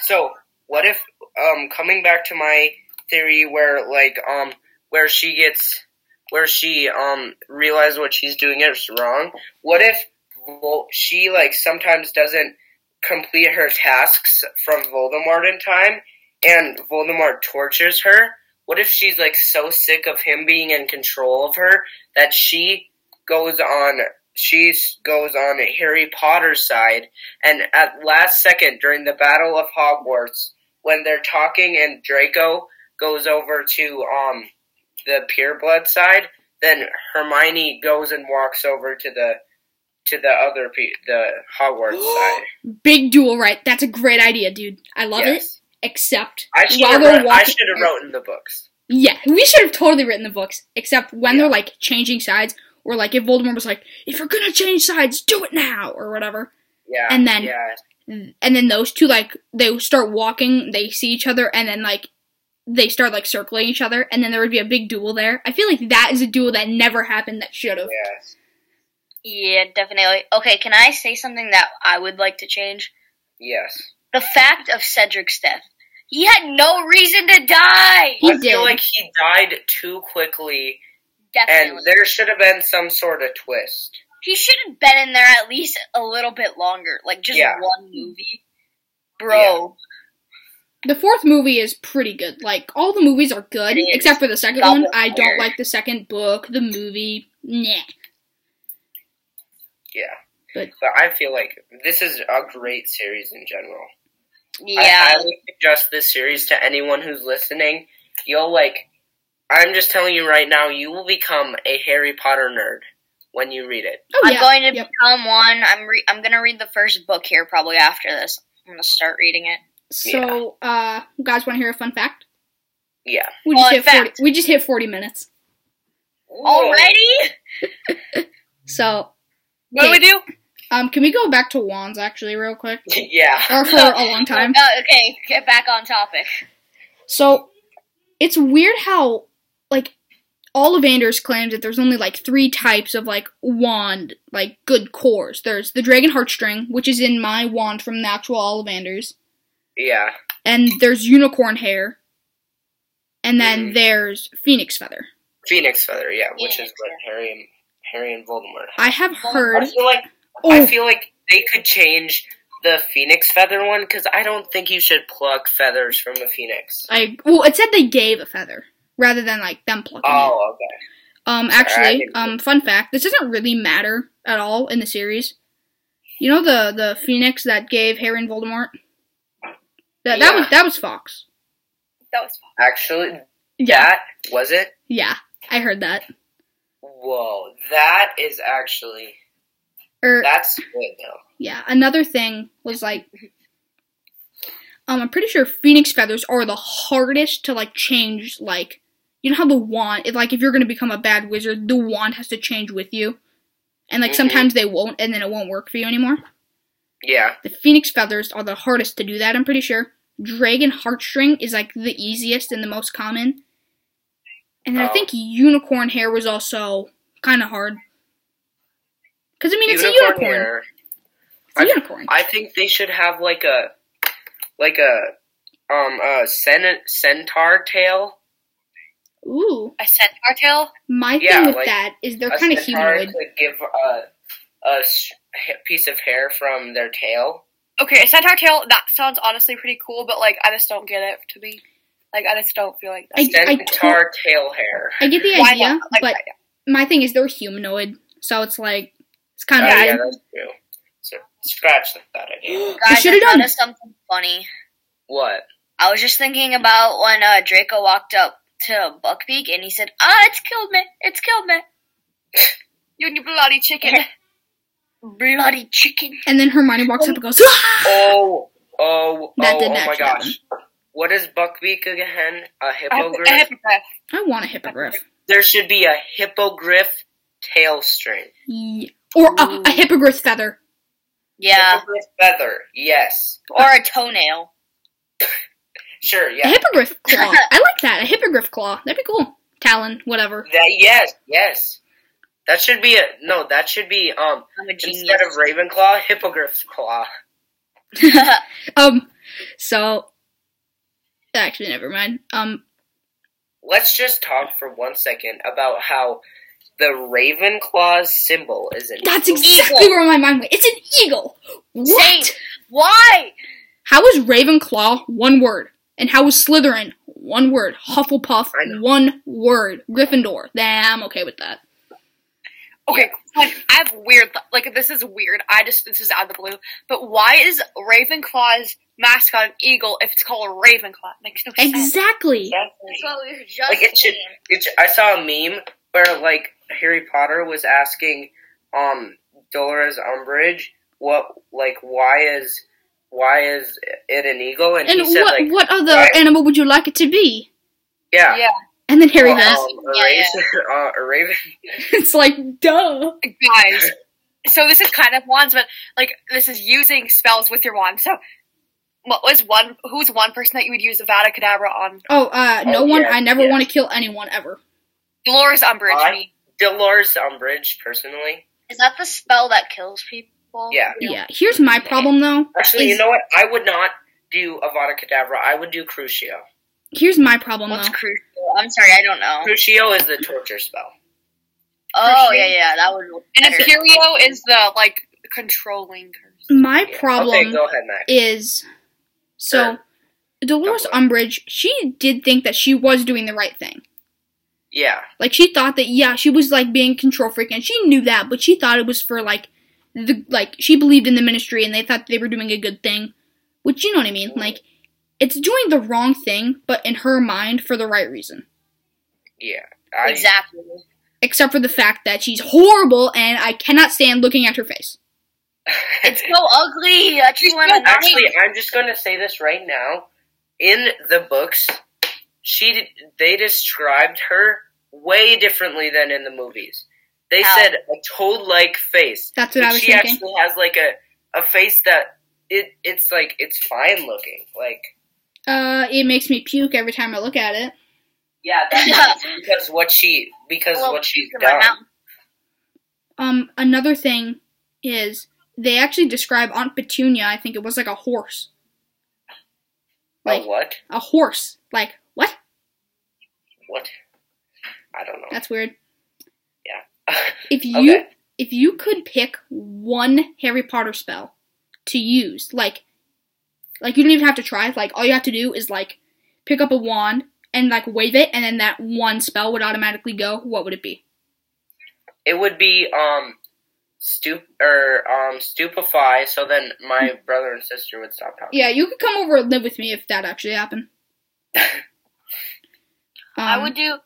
[SPEAKER 3] So what if? Um, coming back to my theory, where like um, where she gets, where she um realizes what she's doing is wrong. What if Vol- she like sometimes doesn't complete her tasks from Voldemort in time, and Voldemort tortures her? What if she's like so sick of him being in control of her that she goes on she s- goes on Harry Potter's side and at last second during the Battle of Hogwarts, when they're talking and Draco goes over to um the pureblood side, then Hermione goes and walks over to the to the other pe- the Hogwarts side.
[SPEAKER 1] big duel right that's a great idea dude i love it
[SPEAKER 3] yes.
[SPEAKER 1] except
[SPEAKER 3] I should
[SPEAKER 1] while
[SPEAKER 3] have
[SPEAKER 1] they're
[SPEAKER 3] wrote, I
[SPEAKER 1] walking-
[SPEAKER 3] should have wrote in the books.
[SPEAKER 1] Yeah, we should have totally written the books, except when
[SPEAKER 3] Yeah.
[SPEAKER 1] they're like changing sides, or like if Voldemort was like, if you're gonna change sides, do it now, or whatever.
[SPEAKER 3] Yeah.
[SPEAKER 1] And then-
[SPEAKER 3] yeah.
[SPEAKER 1] And then those two, like, they start walking, they see each other, and then like they start like circling each other, and then there would be a big duel there. I feel like that is a duel that never happened that should have.
[SPEAKER 3] Yes.
[SPEAKER 5] Yeah, definitely. Okay, can I say something that I would like to change?
[SPEAKER 3] Yes.
[SPEAKER 5] The fact of Cedric's death. He had no reason to die.
[SPEAKER 1] He
[SPEAKER 3] I
[SPEAKER 1] did.
[SPEAKER 3] feel like he died too quickly, and
[SPEAKER 5] Definitely.
[SPEAKER 3] there should have been some sort of twist.
[SPEAKER 5] he should have been in there at least a little bit longer, like just
[SPEAKER 3] Yeah.
[SPEAKER 5] one movie. Bro,
[SPEAKER 1] The fourth movie is pretty good. Like all the movies are good,
[SPEAKER 5] It is.
[SPEAKER 1] except for the second
[SPEAKER 5] Goblet
[SPEAKER 1] one. I
[SPEAKER 5] of
[SPEAKER 1] don't
[SPEAKER 5] Fire.
[SPEAKER 1] like the second book, the movie. Nah.
[SPEAKER 3] Yeah.
[SPEAKER 1] But-
[SPEAKER 3] but I feel like this is a great series in general.
[SPEAKER 5] yeah.
[SPEAKER 3] I highly suggest this series to anyone who's listening. You'll like. I'm just telling you right now, you will become a Harry Potter nerd. when you read it.
[SPEAKER 1] Oh
[SPEAKER 5] I'm
[SPEAKER 1] yeah.
[SPEAKER 5] going to
[SPEAKER 1] Yep.
[SPEAKER 5] become one. I'm re- I'm gonna read the first book here probably after this. I'm gonna start reading it.
[SPEAKER 1] So, uh, you guys want to hear a fun fact?
[SPEAKER 3] Yeah.
[SPEAKER 1] We just
[SPEAKER 5] Fun
[SPEAKER 1] hit forty.
[SPEAKER 5] fact.
[SPEAKER 1] We just hit forty minutes.
[SPEAKER 5] Already?
[SPEAKER 1] So,
[SPEAKER 4] What do we do?
[SPEAKER 1] um, can we go back to wands actually real quick,
[SPEAKER 3] yeah.
[SPEAKER 1] or for a long time?
[SPEAKER 5] Oh, okay, get back on topic.
[SPEAKER 1] So it's weird how like Ollivanders claims that there's only like three types of like wand, like good cores. There's the dragon heartstring, which is in my wand from the actual Ollivanders,
[SPEAKER 3] Yeah.
[SPEAKER 1] and there's unicorn hair, and then
[SPEAKER 3] Mhm.
[SPEAKER 1] there's phoenix feather.
[SPEAKER 3] Phoenix Feather, yeah, which is
[SPEAKER 5] Phoenix
[SPEAKER 3] what Harry and Harry and Voldemort have.
[SPEAKER 1] I have heard.
[SPEAKER 3] I feel like I
[SPEAKER 1] Oh,
[SPEAKER 3] feel like they could change the Phoenix Feather one because I don't think you should pluck feathers from a phoenix.
[SPEAKER 1] I well, it said they gave a feather rather than like them plucking it.
[SPEAKER 3] Oh, okay.
[SPEAKER 1] Um,
[SPEAKER 3] Alright, I
[SPEAKER 1] actually,
[SPEAKER 3] didn't-
[SPEAKER 1] um, fun fact: this doesn't really matter at all in the series. You know the the phoenix that gave Harry and Voldemort. That that
[SPEAKER 3] Yeah.
[SPEAKER 1] was that was Fox.
[SPEAKER 4] That was fun.
[SPEAKER 3] Actually,
[SPEAKER 1] Yeah,
[SPEAKER 3] that was it.
[SPEAKER 1] yeah, I heard that.
[SPEAKER 3] Whoa, that is actually
[SPEAKER 1] Or
[SPEAKER 3] that's good though.
[SPEAKER 1] Er, yeah, another thing was like, um, I'm pretty sure phoenix feathers are the hardest to like change. Like, you know how the wand, if, like if you're gonna become a bad wizard, the wand has to change with you, and like
[SPEAKER 3] Mhm.
[SPEAKER 1] sometimes they won't, and then it won't work for you anymore.
[SPEAKER 3] Yeah,
[SPEAKER 1] The phoenix feathers are the hardest to do that, I'm pretty sure. Dragon heartstring is like the easiest and the most common. And then I
[SPEAKER 3] Oh.
[SPEAKER 1] think unicorn hair was also kind of hard. Because, I mean, it's a unicorn.
[SPEAKER 3] hair.
[SPEAKER 1] It's a unicorn.
[SPEAKER 3] I think they should have like a like a um a cen- centaur tail.
[SPEAKER 1] Ooh.
[SPEAKER 4] A centaur tail?
[SPEAKER 1] My
[SPEAKER 3] Yeah,
[SPEAKER 1] thing with
[SPEAKER 3] like,
[SPEAKER 1] that is they're
[SPEAKER 3] a
[SPEAKER 1] kind of
[SPEAKER 3] centaur
[SPEAKER 1] humanoid.
[SPEAKER 3] could give a a sh- ha- piece of hair from their tail.
[SPEAKER 4] Okay, a centaur tail, that sounds honestly pretty cool, but like I just don't get it to me. Like I just don't feel like that.
[SPEAKER 1] I, I, to-
[SPEAKER 3] Centaur tail hair.
[SPEAKER 1] I get the
[SPEAKER 4] Why
[SPEAKER 1] idea,
[SPEAKER 4] not? Like,
[SPEAKER 1] but
[SPEAKER 4] why-
[SPEAKER 1] my thing is they're humanoid. So it's like, it's kind
[SPEAKER 3] Oh,
[SPEAKER 1] of.
[SPEAKER 3] yeah, that's true. So scratch that idea.
[SPEAKER 5] Guys, I
[SPEAKER 1] should've
[SPEAKER 5] thought
[SPEAKER 1] done-
[SPEAKER 5] of something funny.
[SPEAKER 3] What?
[SPEAKER 5] I was just thinking about when uh, Draco walked up to Buckbeak and he said, "Ah, it's killed me! It's killed me!
[SPEAKER 4] you and your bloody chicken.
[SPEAKER 5] Bloody chicken!"
[SPEAKER 1] and then Hermione walks up and goes, "Ah!"
[SPEAKER 3] Oh, oh,
[SPEAKER 1] That
[SPEAKER 3] oh,
[SPEAKER 1] didn't
[SPEAKER 3] oh my
[SPEAKER 1] actually
[SPEAKER 3] gosh. What is buckbeak again? A
[SPEAKER 4] I have- I
[SPEAKER 3] hippogriff?
[SPEAKER 4] have a breath.
[SPEAKER 1] I want a hippogriff.
[SPEAKER 3] There should be a hippogriff tail string.
[SPEAKER 1] Yeah. Or a, a hippogriff feather.
[SPEAKER 5] Yeah,
[SPEAKER 3] Hippogriff feather, yes.
[SPEAKER 5] or a toenail.
[SPEAKER 3] Sure,
[SPEAKER 1] A
[SPEAKER 3] yeah.
[SPEAKER 1] hippogriff claw. I like that. A hippogriff claw. That'd be cool. Talon, whatever.
[SPEAKER 3] that, yes, yes. That should be a, no, that should be, um,
[SPEAKER 5] I'm a genius.
[SPEAKER 3] instead of Ravenclaw, hippogriff claw.
[SPEAKER 1] Um, so actually, never mind. Um,
[SPEAKER 3] Let's just talk for one second about how the Ravenclaw's symbol is an
[SPEAKER 1] that's
[SPEAKER 3] eagle.
[SPEAKER 1] exactly
[SPEAKER 5] Eagle.
[SPEAKER 1] where my mind went. It's an eagle. What?
[SPEAKER 5] Same. Why?
[SPEAKER 1] How is Ravenclaw one word? And how is Slytherin one word? Hufflepuff
[SPEAKER 3] I know.
[SPEAKER 1] one word. Gryffindor. Nah, I'm okay with that.
[SPEAKER 4] Okay, like, I have weird. Like this is weird. I just this is out of the blue. But why is Ravenclaw's mascot an eagle if it's called a Ravenclaw? It makes no sense.
[SPEAKER 1] Exactly.
[SPEAKER 5] That's
[SPEAKER 3] Exactly.
[SPEAKER 5] what we were just
[SPEAKER 3] Like, it should-
[SPEAKER 5] saying.
[SPEAKER 3] It's, I saw a meme where like Harry Potter was asking um Dolores Umbridge what like why is why is it an eagle and,
[SPEAKER 1] And
[SPEAKER 3] he said
[SPEAKER 1] what
[SPEAKER 3] like
[SPEAKER 1] what other
[SPEAKER 3] right.
[SPEAKER 1] animal would you like it to be?
[SPEAKER 3] yeah
[SPEAKER 4] Yeah,
[SPEAKER 1] And then Harry
[SPEAKER 3] um,
[SPEAKER 1] goes,
[SPEAKER 3] a,
[SPEAKER 5] Yeah,
[SPEAKER 3] raven, uh, a raven
[SPEAKER 1] it's like, duh.
[SPEAKER 4] guys. So this is kind of wands, but like this is using spells with your wand. So what was one? Who's one person that you would use the Vada Kedavra on?
[SPEAKER 1] Oh, uh, no
[SPEAKER 3] Oh,
[SPEAKER 1] one.
[SPEAKER 3] yeah,
[SPEAKER 1] I never
[SPEAKER 3] yeah.
[SPEAKER 1] want to kill anyone ever.
[SPEAKER 4] Dolores Umbridge.
[SPEAKER 3] I-
[SPEAKER 4] me.
[SPEAKER 3] Dolores Umbridge personally
[SPEAKER 5] Is that the spell that kills people?
[SPEAKER 3] yeah
[SPEAKER 1] Yeah. Here's my problem though.
[SPEAKER 3] actually you
[SPEAKER 1] Is-
[SPEAKER 3] know what I would not do Avada Kedavra I would do Crucio
[SPEAKER 1] Here's my problem
[SPEAKER 5] What's
[SPEAKER 1] though.
[SPEAKER 5] crucial? I'm sorry, I don't know.
[SPEAKER 3] Crucio is the torture spell
[SPEAKER 5] Oh
[SPEAKER 4] Crucial.
[SPEAKER 5] yeah, yeah, that would. look
[SPEAKER 4] And
[SPEAKER 5] better.
[SPEAKER 4] Imperio is the like controlling curse.
[SPEAKER 1] My problem
[SPEAKER 3] okay go ahead Max
[SPEAKER 1] is so Dolores
[SPEAKER 3] Don't
[SPEAKER 1] Umbridge. She did think that she was doing the right thing.
[SPEAKER 3] yeah
[SPEAKER 1] Like she thought that yeah, she was like being control freak, and she knew that, but she thought it was for like the like she believed in the ministry, and they thought they were doing a good thing, which you know what I mean. Like it's doing the wrong thing, but in her mind for the right reason.
[SPEAKER 3] yeah I,
[SPEAKER 5] exactly.
[SPEAKER 1] except for the fact that she's horrible and I cannot stand looking at her face.
[SPEAKER 5] It's so ugly. I just want to
[SPEAKER 3] Actually, I'm just going to say this right now. In the books, she did, they described her way differently than in the movies. They
[SPEAKER 5] How?
[SPEAKER 3] said a toad-like face.
[SPEAKER 1] That's what I was
[SPEAKER 3] she
[SPEAKER 1] thinking.
[SPEAKER 3] actually has like a, a face that it it's like it's fine looking. Like
[SPEAKER 1] Uh, it makes me puke every time I look at it.
[SPEAKER 3] yeah, that's
[SPEAKER 5] Yeah.
[SPEAKER 3] because what she because
[SPEAKER 5] Well,
[SPEAKER 3] what she's
[SPEAKER 5] in my
[SPEAKER 3] done.
[SPEAKER 5] mouth.
[SPEAKER 1] Um, another thing is they actually describe Aunt Petunia. I think it was like a horse,
[SPEAKER 3] Oh,
[SPEAKER 1] like
[SPEAKER 3] what?
[SPEAKER 1] a horse. Like what?
[SPEAKER 3] What? I don't know.
[SPEAKER 1] That's weird.
[SPEAKER 3] Yeah.
[SPEAKER 1] If you
[SPEAKER 3] Okay.
[SPEAKER 1] if you could pick one Harry Potter spell to use, like like you don't even have to try. Like all you have to do is like pick up a wand and like wave it, and then that one spell would automatically go. What would it be?
[SPEAKER 3] It would be um stup or um stupefy so then my
[SPEAKER 5] Hmm.
[SPEAKER 3] brother and sister would stop talking.
[SPEAKER 1] Yeah, you could come over and live with me if that actually happened.
[SPEAKER 5] I
[SPEAKER 1] Um,
[SPEAKER 5] would do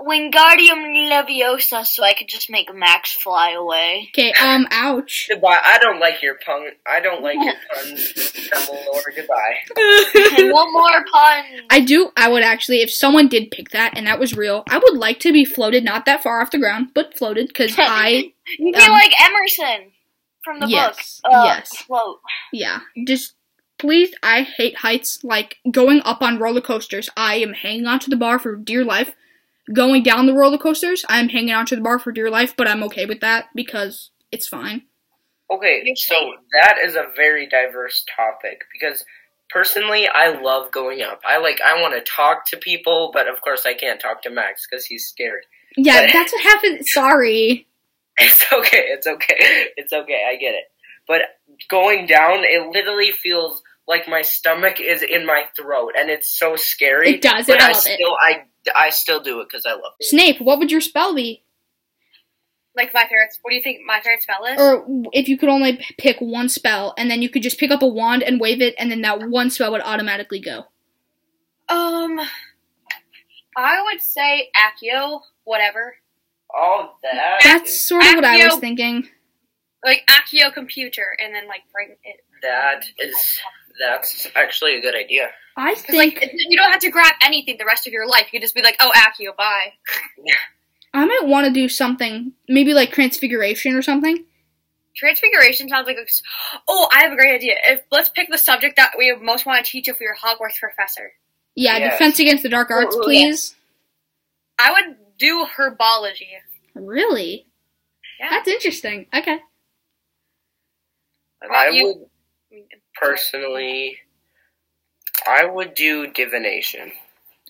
[SPEAKER 5] Wingardium Leviosa so I could just make Max fly away.
[SPEAKER 1] Okay. Um. Ouch.
[SPEAKER 3] Goodbye. I don't like your pun. I don't like your puns, Dumbledore. Goodbye.
[SPEAKER 5] One more pun.
[SPEAKER 1] I do. I would actually, if someone did pick that and that was real, I would like to be floated not that far off the ground, but floated because I
[SPEAKER 5] You'd be
[SPEAKER 1] um,
[SPEAKER 5] like Emerson from the
[SPEAKER 1] yes,
[SPEAKER 5] book. Uh,
[SPEAKER 1] yes.
[SPEAKER 5] Float.
[SPEAKER 1] yeah. Just please, I hate heights. Like going up on roller coasters, I am hanging onto the bar for dear life. Going down the roller coasters, I'm hanging onto the bar for dear life, but I'm okay with that because it's fine.
[SPEAKER 3] Okay,
[SPEAKER 5] You're
[SPEAKER 3] so
[SPEAKER 5] safe.
[SPEAKER 3] that is a very diverse topic because personally, I love going up. I like. I want to talk to people, but of course, I can't talk to Max because he's scared.
[SPEAKER 1] Yeah,
[SPEAKER 3] But-
[SPEAKER 1] that's what happened. Sorry.
[SPEAKER 3] It's okay. It's okay. It's okay. I get it. But going down, it literally feels like my stomach is in my throat, and it's so scary.
[SPEAKER 1] It does,
[SPEAKER 3] But
[SPEAKER 1] I
[SPEAKER 3] I,
[SPEAKER 1] love it.
[SPEAKER 3] still, I, I still do it because I love it.
[SPEAKER 1] Snape, what would your spell be?
[SPEAKER 4] Like my favorite. What do you think my favorite spell is?
[SPEAKER 1] Or if you could only p- pick one spell, and then you could just pick up a wand and wave it, and then that one spell would automatically go.
[SPEAKER 4] Um, I would say Accio. Whatever.
[SPEAKER 3] All that.
[SPEAKER 1] That's
[SPEAKER 3] is-
[SPEAKER 1] sort of what I was
[SPEAKER 4] Accio.
[SPEAKER 1] thinking.
[SPEAKER 4] Like Accio computer, and then like bring it.
[SPEAKER 3] That is. That's actually a good idea.
[SPEAKER 1] I
[SPEAKER 4] 'Cause, like
[SPEAKER 1] think
[SPEAKER 4] it- you don't have to grab anything the rest of your life. You could just be like, oh Accio, bye.
[SPEAKER 1] I might want to do something, maybe like transfiguration or something.
[SPEAKER 4] Transfiguration sounds like a. s- Oh, I have a great idea. If let's pick the subject that we most want to teach if we were Hogwarts professor.
[SPEAKER 1] Yeah,
[SPEAKER 3] Yes.
[SPEAKER 1] defense against the dark arts,
[SPEAKER 5] Ooh, ooh,
[SPEAKER 1] please.
[SPEAKER 4] I would do herbology.
[SPEAKER 1] Really?
[SPEAKER 4] Yeah.
[SPEAKER 1] That's interesting. Okay.
[SPEAKER 4] What
[SPEAKER 3] I
[SPEAKER 4] about you?
[SPEAKER 3] would personally. I would do divination.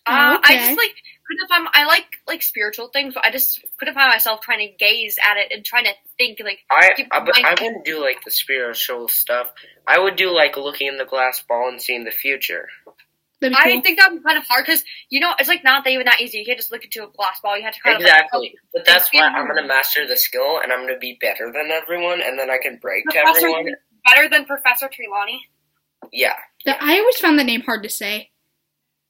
[SPEAKER 4] Uh,
[SPEAKER 1] Oh, okay.
[SPEAKER 4] I just like couldn't find. I like like spiritual things, but I just couldn't find myself trying to gaze at it and trying to think. Like
[SPEAKER 3] I,
[SPEAKER 4] Keep
[SPEAKER 3] I, but
[SPEAKER 4] in
[SPEAKER 3] I
[SPEAKER 4] mind-
[SPEAKER 3] wouldn't do like the spiritual stuff. I would do like looking in the glass ball and seeing the future.
[SPEAKER 1] That'd be
[SPEAKER 4] I
[SPEAKER 1] cool.
[SPEAKER 4] think that would be kind of hard because you know it's like not that even that easy. You can't just look into a glass ball. You have to kind of like,
[SPEAKER 3] Exactly. But that's why
[SPEAKER 4] Thank you.
[SPEAKER 3] I'm gonna master the skill and I'm gonna be better than everyone and then I can break to
[SPEAKER 4] Professor-
[SPEAKER 3] everyone.
[SPEAKER 4] oh, better than Professor Trelawney.
[SPEAKER 3] Yeah.
[SPEAKER 1] That- I always found that name hard to say.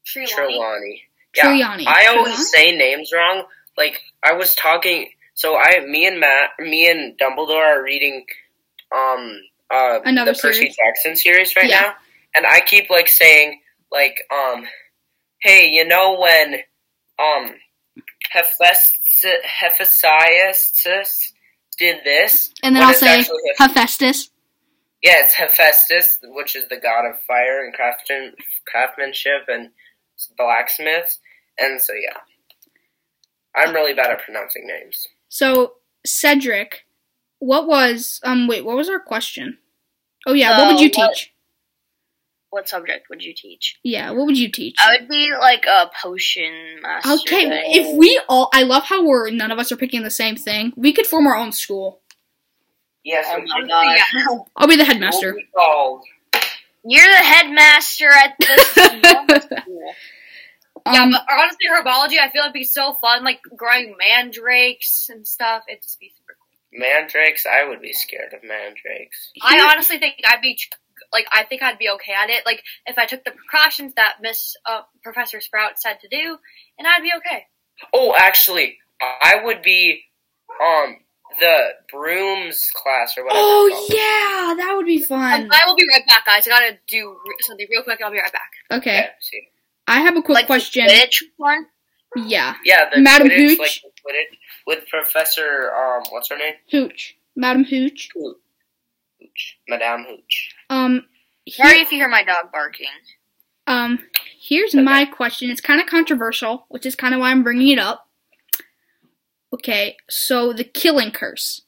[SPEAKER 4] Trelawney.
[SPEAKER 3] Trelawney. Yeah.
[SPEAKER 1] Trelawney.
[SPEAKER 3] I always
[SPEAKER 1] Trelawney?
[SPEAKER 3] say names wrong. Like I was talking so I me and Matt me and Dumbledore are reading um uh
[SPEAKER 1] Another
[SPEAKER 3] the Percy
[SPEAKER 1] series.
[SPEAKER 3] Jackson series right
[SPEAKER 1] Yeah.
[SPEAKER 3] now. And I keep like saying like um hey, you know when um Hephaestus, Hephaestus did this?
[SPEAKER 1] and then
[SPEAKER 3] When
[SPEAKER 1] I'll
[SPEAKER 3] it's
[SPEAKER 1] say
[SPEAKER 3] actually Heph-
[SPEAKER 1] Hephaestus.
[SPEAKER 3] Yeah, it's Hephaestus, which is the god of fire and craftsman, craftsmanship and blacksmiths. And so, yeah. I'm really bad at pronouncing names.
[SPEAKER 1] So Cedric, what was um? Wait, what was our question? Oh yeah, what would
[SPEAKER 5] Uh,
[SPEAKER 1] you
[SPEAKER 5] what-
[SPEAKER 1] teach?
[SPEAKER 5] What subject would you teach?
[SPEAKER 1] Yeah, what would you teach?
[SPEAKER 5] I would be like a potion master.
[SPEAKER 1] Okay,
[SPEAKER 5] thing.
[SPEAKER 1] if we all, I love how we're none of us are picking the same thing. We could form our own school.
[SPEAKER 3] Yes,
[SPEAKER 5] Oh my
[SPEAKER 3] we-
[SPEAKER 5] gosh.
[SPEAKER 1] I'll be the
[SPEAKER 3] we'll
[SPEAKER 1] headmaster.
[SPEAKER 3] be called.
[SPEAKER 5] You're the headmaster at this school.
[SPEAKER 4] Yeah,
[SPEAKER 1] Um,
[SPEAKER 4] but honestly, herbology I feel like would be so fun, like growing mandrakes and stuff. It'd just be super cool.
[SPEAKER 3] Mandrakes? I would be scared of mandrakes.
[SPEAKER 4] I honestly think I'd be like I think I'd be okay at it. Like if I took the precautions that Miss uh, Professor Sprout said to do, and I'd be okay.
[SPEAKER 3] Oh, actually, I would be um the brooms class or whatever.
[SPEAKER 1] Oh
[SPEAKER 3] it's called.
[SPEAKER 1] yeah, that would be
[SPEAKER 4] Um,
[SPEAKER 1] fun.
[SPEAKER 4] I will be right back, guys. I gotta do re- something real quick. and I'll be right back.
[SPEAKER 1] Okay,
[SPEAKER 3] Yeah, see.
[SPEAKER 1] I have a quick
[SPEAKER 5] like
[SPEAKER 1] question.
[SPEAKER 5] The Quidditch one.
[SPEAKER 1] Yeah,
[SPEAKER 3] Yeah, the
[SPEAKER 1] Madam
[SPEAKER 3] Quidditch,
[SPEAKER 1] Hooch?
[SPEAKER 3] like the Quidditch with Professor um what's her name?
[SPEAKER 1] Hooch, Madam Hooch.
[SPEAKER 3] Hooch. Madame Hooch.
[SPEAKER 1] Um, he-
[SPEAKER 5] Sorry if you hear my dog barking.
[SPEAKER 1] um, here's my question. It's kind of controversial, which is kind of why I'm bringing it up. Okay, so the killing curse.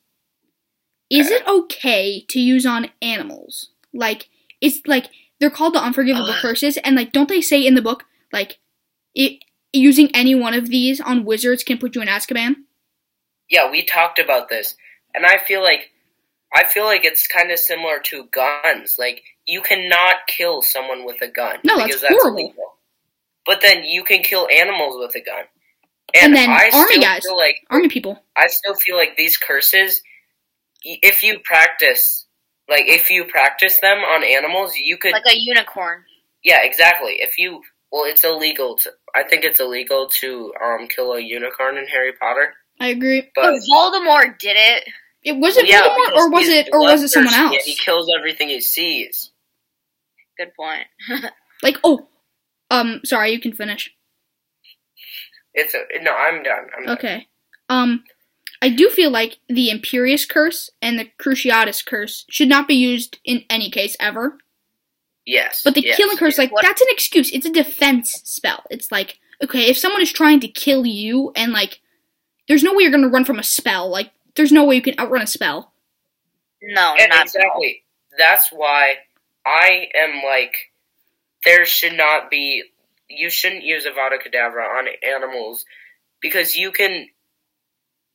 [SPEAKER 1] Is it okay to use on animals? Like, it's like they're called the unforgivable
[SPEAKER 5] Ugh.
[SPEAKER 1] curses, and like, don't they say in the book like, it using any one of these on wizards can put you in Azkaban?
[SPEAKER 3] Yeah, we talked about this. And I feel like I feel like it's kind of similar to guns. Like you cannot kill someone with a gun
[SPEAKER 1] No, that's
[SPEAKER 3] because
[SPEAKER 1] horrible.
[SPEAKER 3] illegal. But then you can kill animals with a gun.
[SPEAKER 1] And then
[SPEAKER 3] I
[SPEAKER 1] army
[SPEAKER 3] still
[SPEAKER 1] guys.
[SPEAKER 3] feel like
[SPEAKER 1] Army people.
[SPEAKER 3] I still feel like these curses, y- if you practice, like if you practice them on animals, you could.
[SPEAKER 5] Like a unicorn.
[SPEAKER 3] yeah, exactly. If you, well, it's illegal to. I think it's illegal to um kill a unicorn in Harry Potter,
[SPEAKER 1] I agree.
[SPEAKER 3] but.
[SPEAKER 5] Voldemort did it.
[SPEAKER 1] It was it
[SPEAKER 3] yeah,
[SPEAKER 1] Voldemort,
[SPEAKER 3] because
[SPEAKER 1] or was
[SPEAKER 3] he's
[SPEAKER 1] it, or was it someone
[SPEAKER 3] bloodthirsty
[SPEAKER 1] else?
[SPEAKER 3] and he kills everything he sees.
[SPEAKER 5] Good point.
[SPEAKER 1] Like, oh, um, sorry, you can finish.
[SPEAKER 3] It's a no. I'm done. I'm done.
[SPEAKER 1] Okay. Um, I do feel like the Imperious Curse and the Cruciatus Curse should not be used in any case ever.
[SPEAKER 3] Yes.
[SPEAKER 1] But the
[SPEAKER 3] yes.
[SPEAKER 1] Killing Curse, like,
[SPEAKER 5] What-
[SPEAKER 1] that's an excuse. It's a defense spell. It's like, okay, if someone is trying to kill you and, like, there's no way you're going to run from a spell. Like, there's no way you can outrun a spell.
[SPEAKER 5] No,
[SPEAKER 3] And
[SPEAKER 5] not at all.
[SPEAKER 3] exactly. That's why I am like, there should not be. You shouldn't use Avada Kedavra on animals because you can.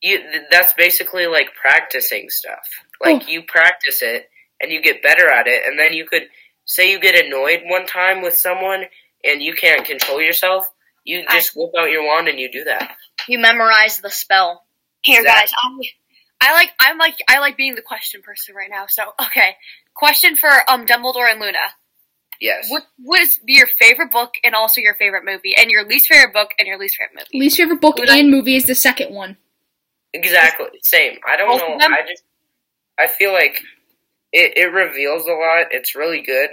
[SPEAKER 3] You th- that's basically like practicing stuff. Like
[SPEAKER 1] Oh.
[SPEAKER 3] you practice it and you get better at it, and then you could say you get annoyed one time with someone and you can't control yourself. You
[SPEAKER 5] I-
[SPEAKER 3] just whip out your wand and you do that.
[SPEAKER 5] You memorized the spell.
[SPEAKER 4] Here,
[SPEAKER 3] Exactly.
[SPEAKER 4] guys. I, I like. I'm like. I like being the question person right now. So okay. Question for um Dumbledore and Luna.
[SPEAKER 3] Yes.
[SPEAKER 4] What would be your favorite book and also your favorite movie and your least favorite book and your least favorite movie?
[SPEAKER 1] Least favorite book
[SPEAKER 4] Would I-
[SPEAKER 1] and movie is the second one.
[SPEAKER 3] Exactly. Same. I don't
[SPEAKER 4] Both of
[SPEAKER 3] know.
[SPEAKER 4] them?
[SPEAKER 3] I just I feel like it, it reveals a lot. It's really good.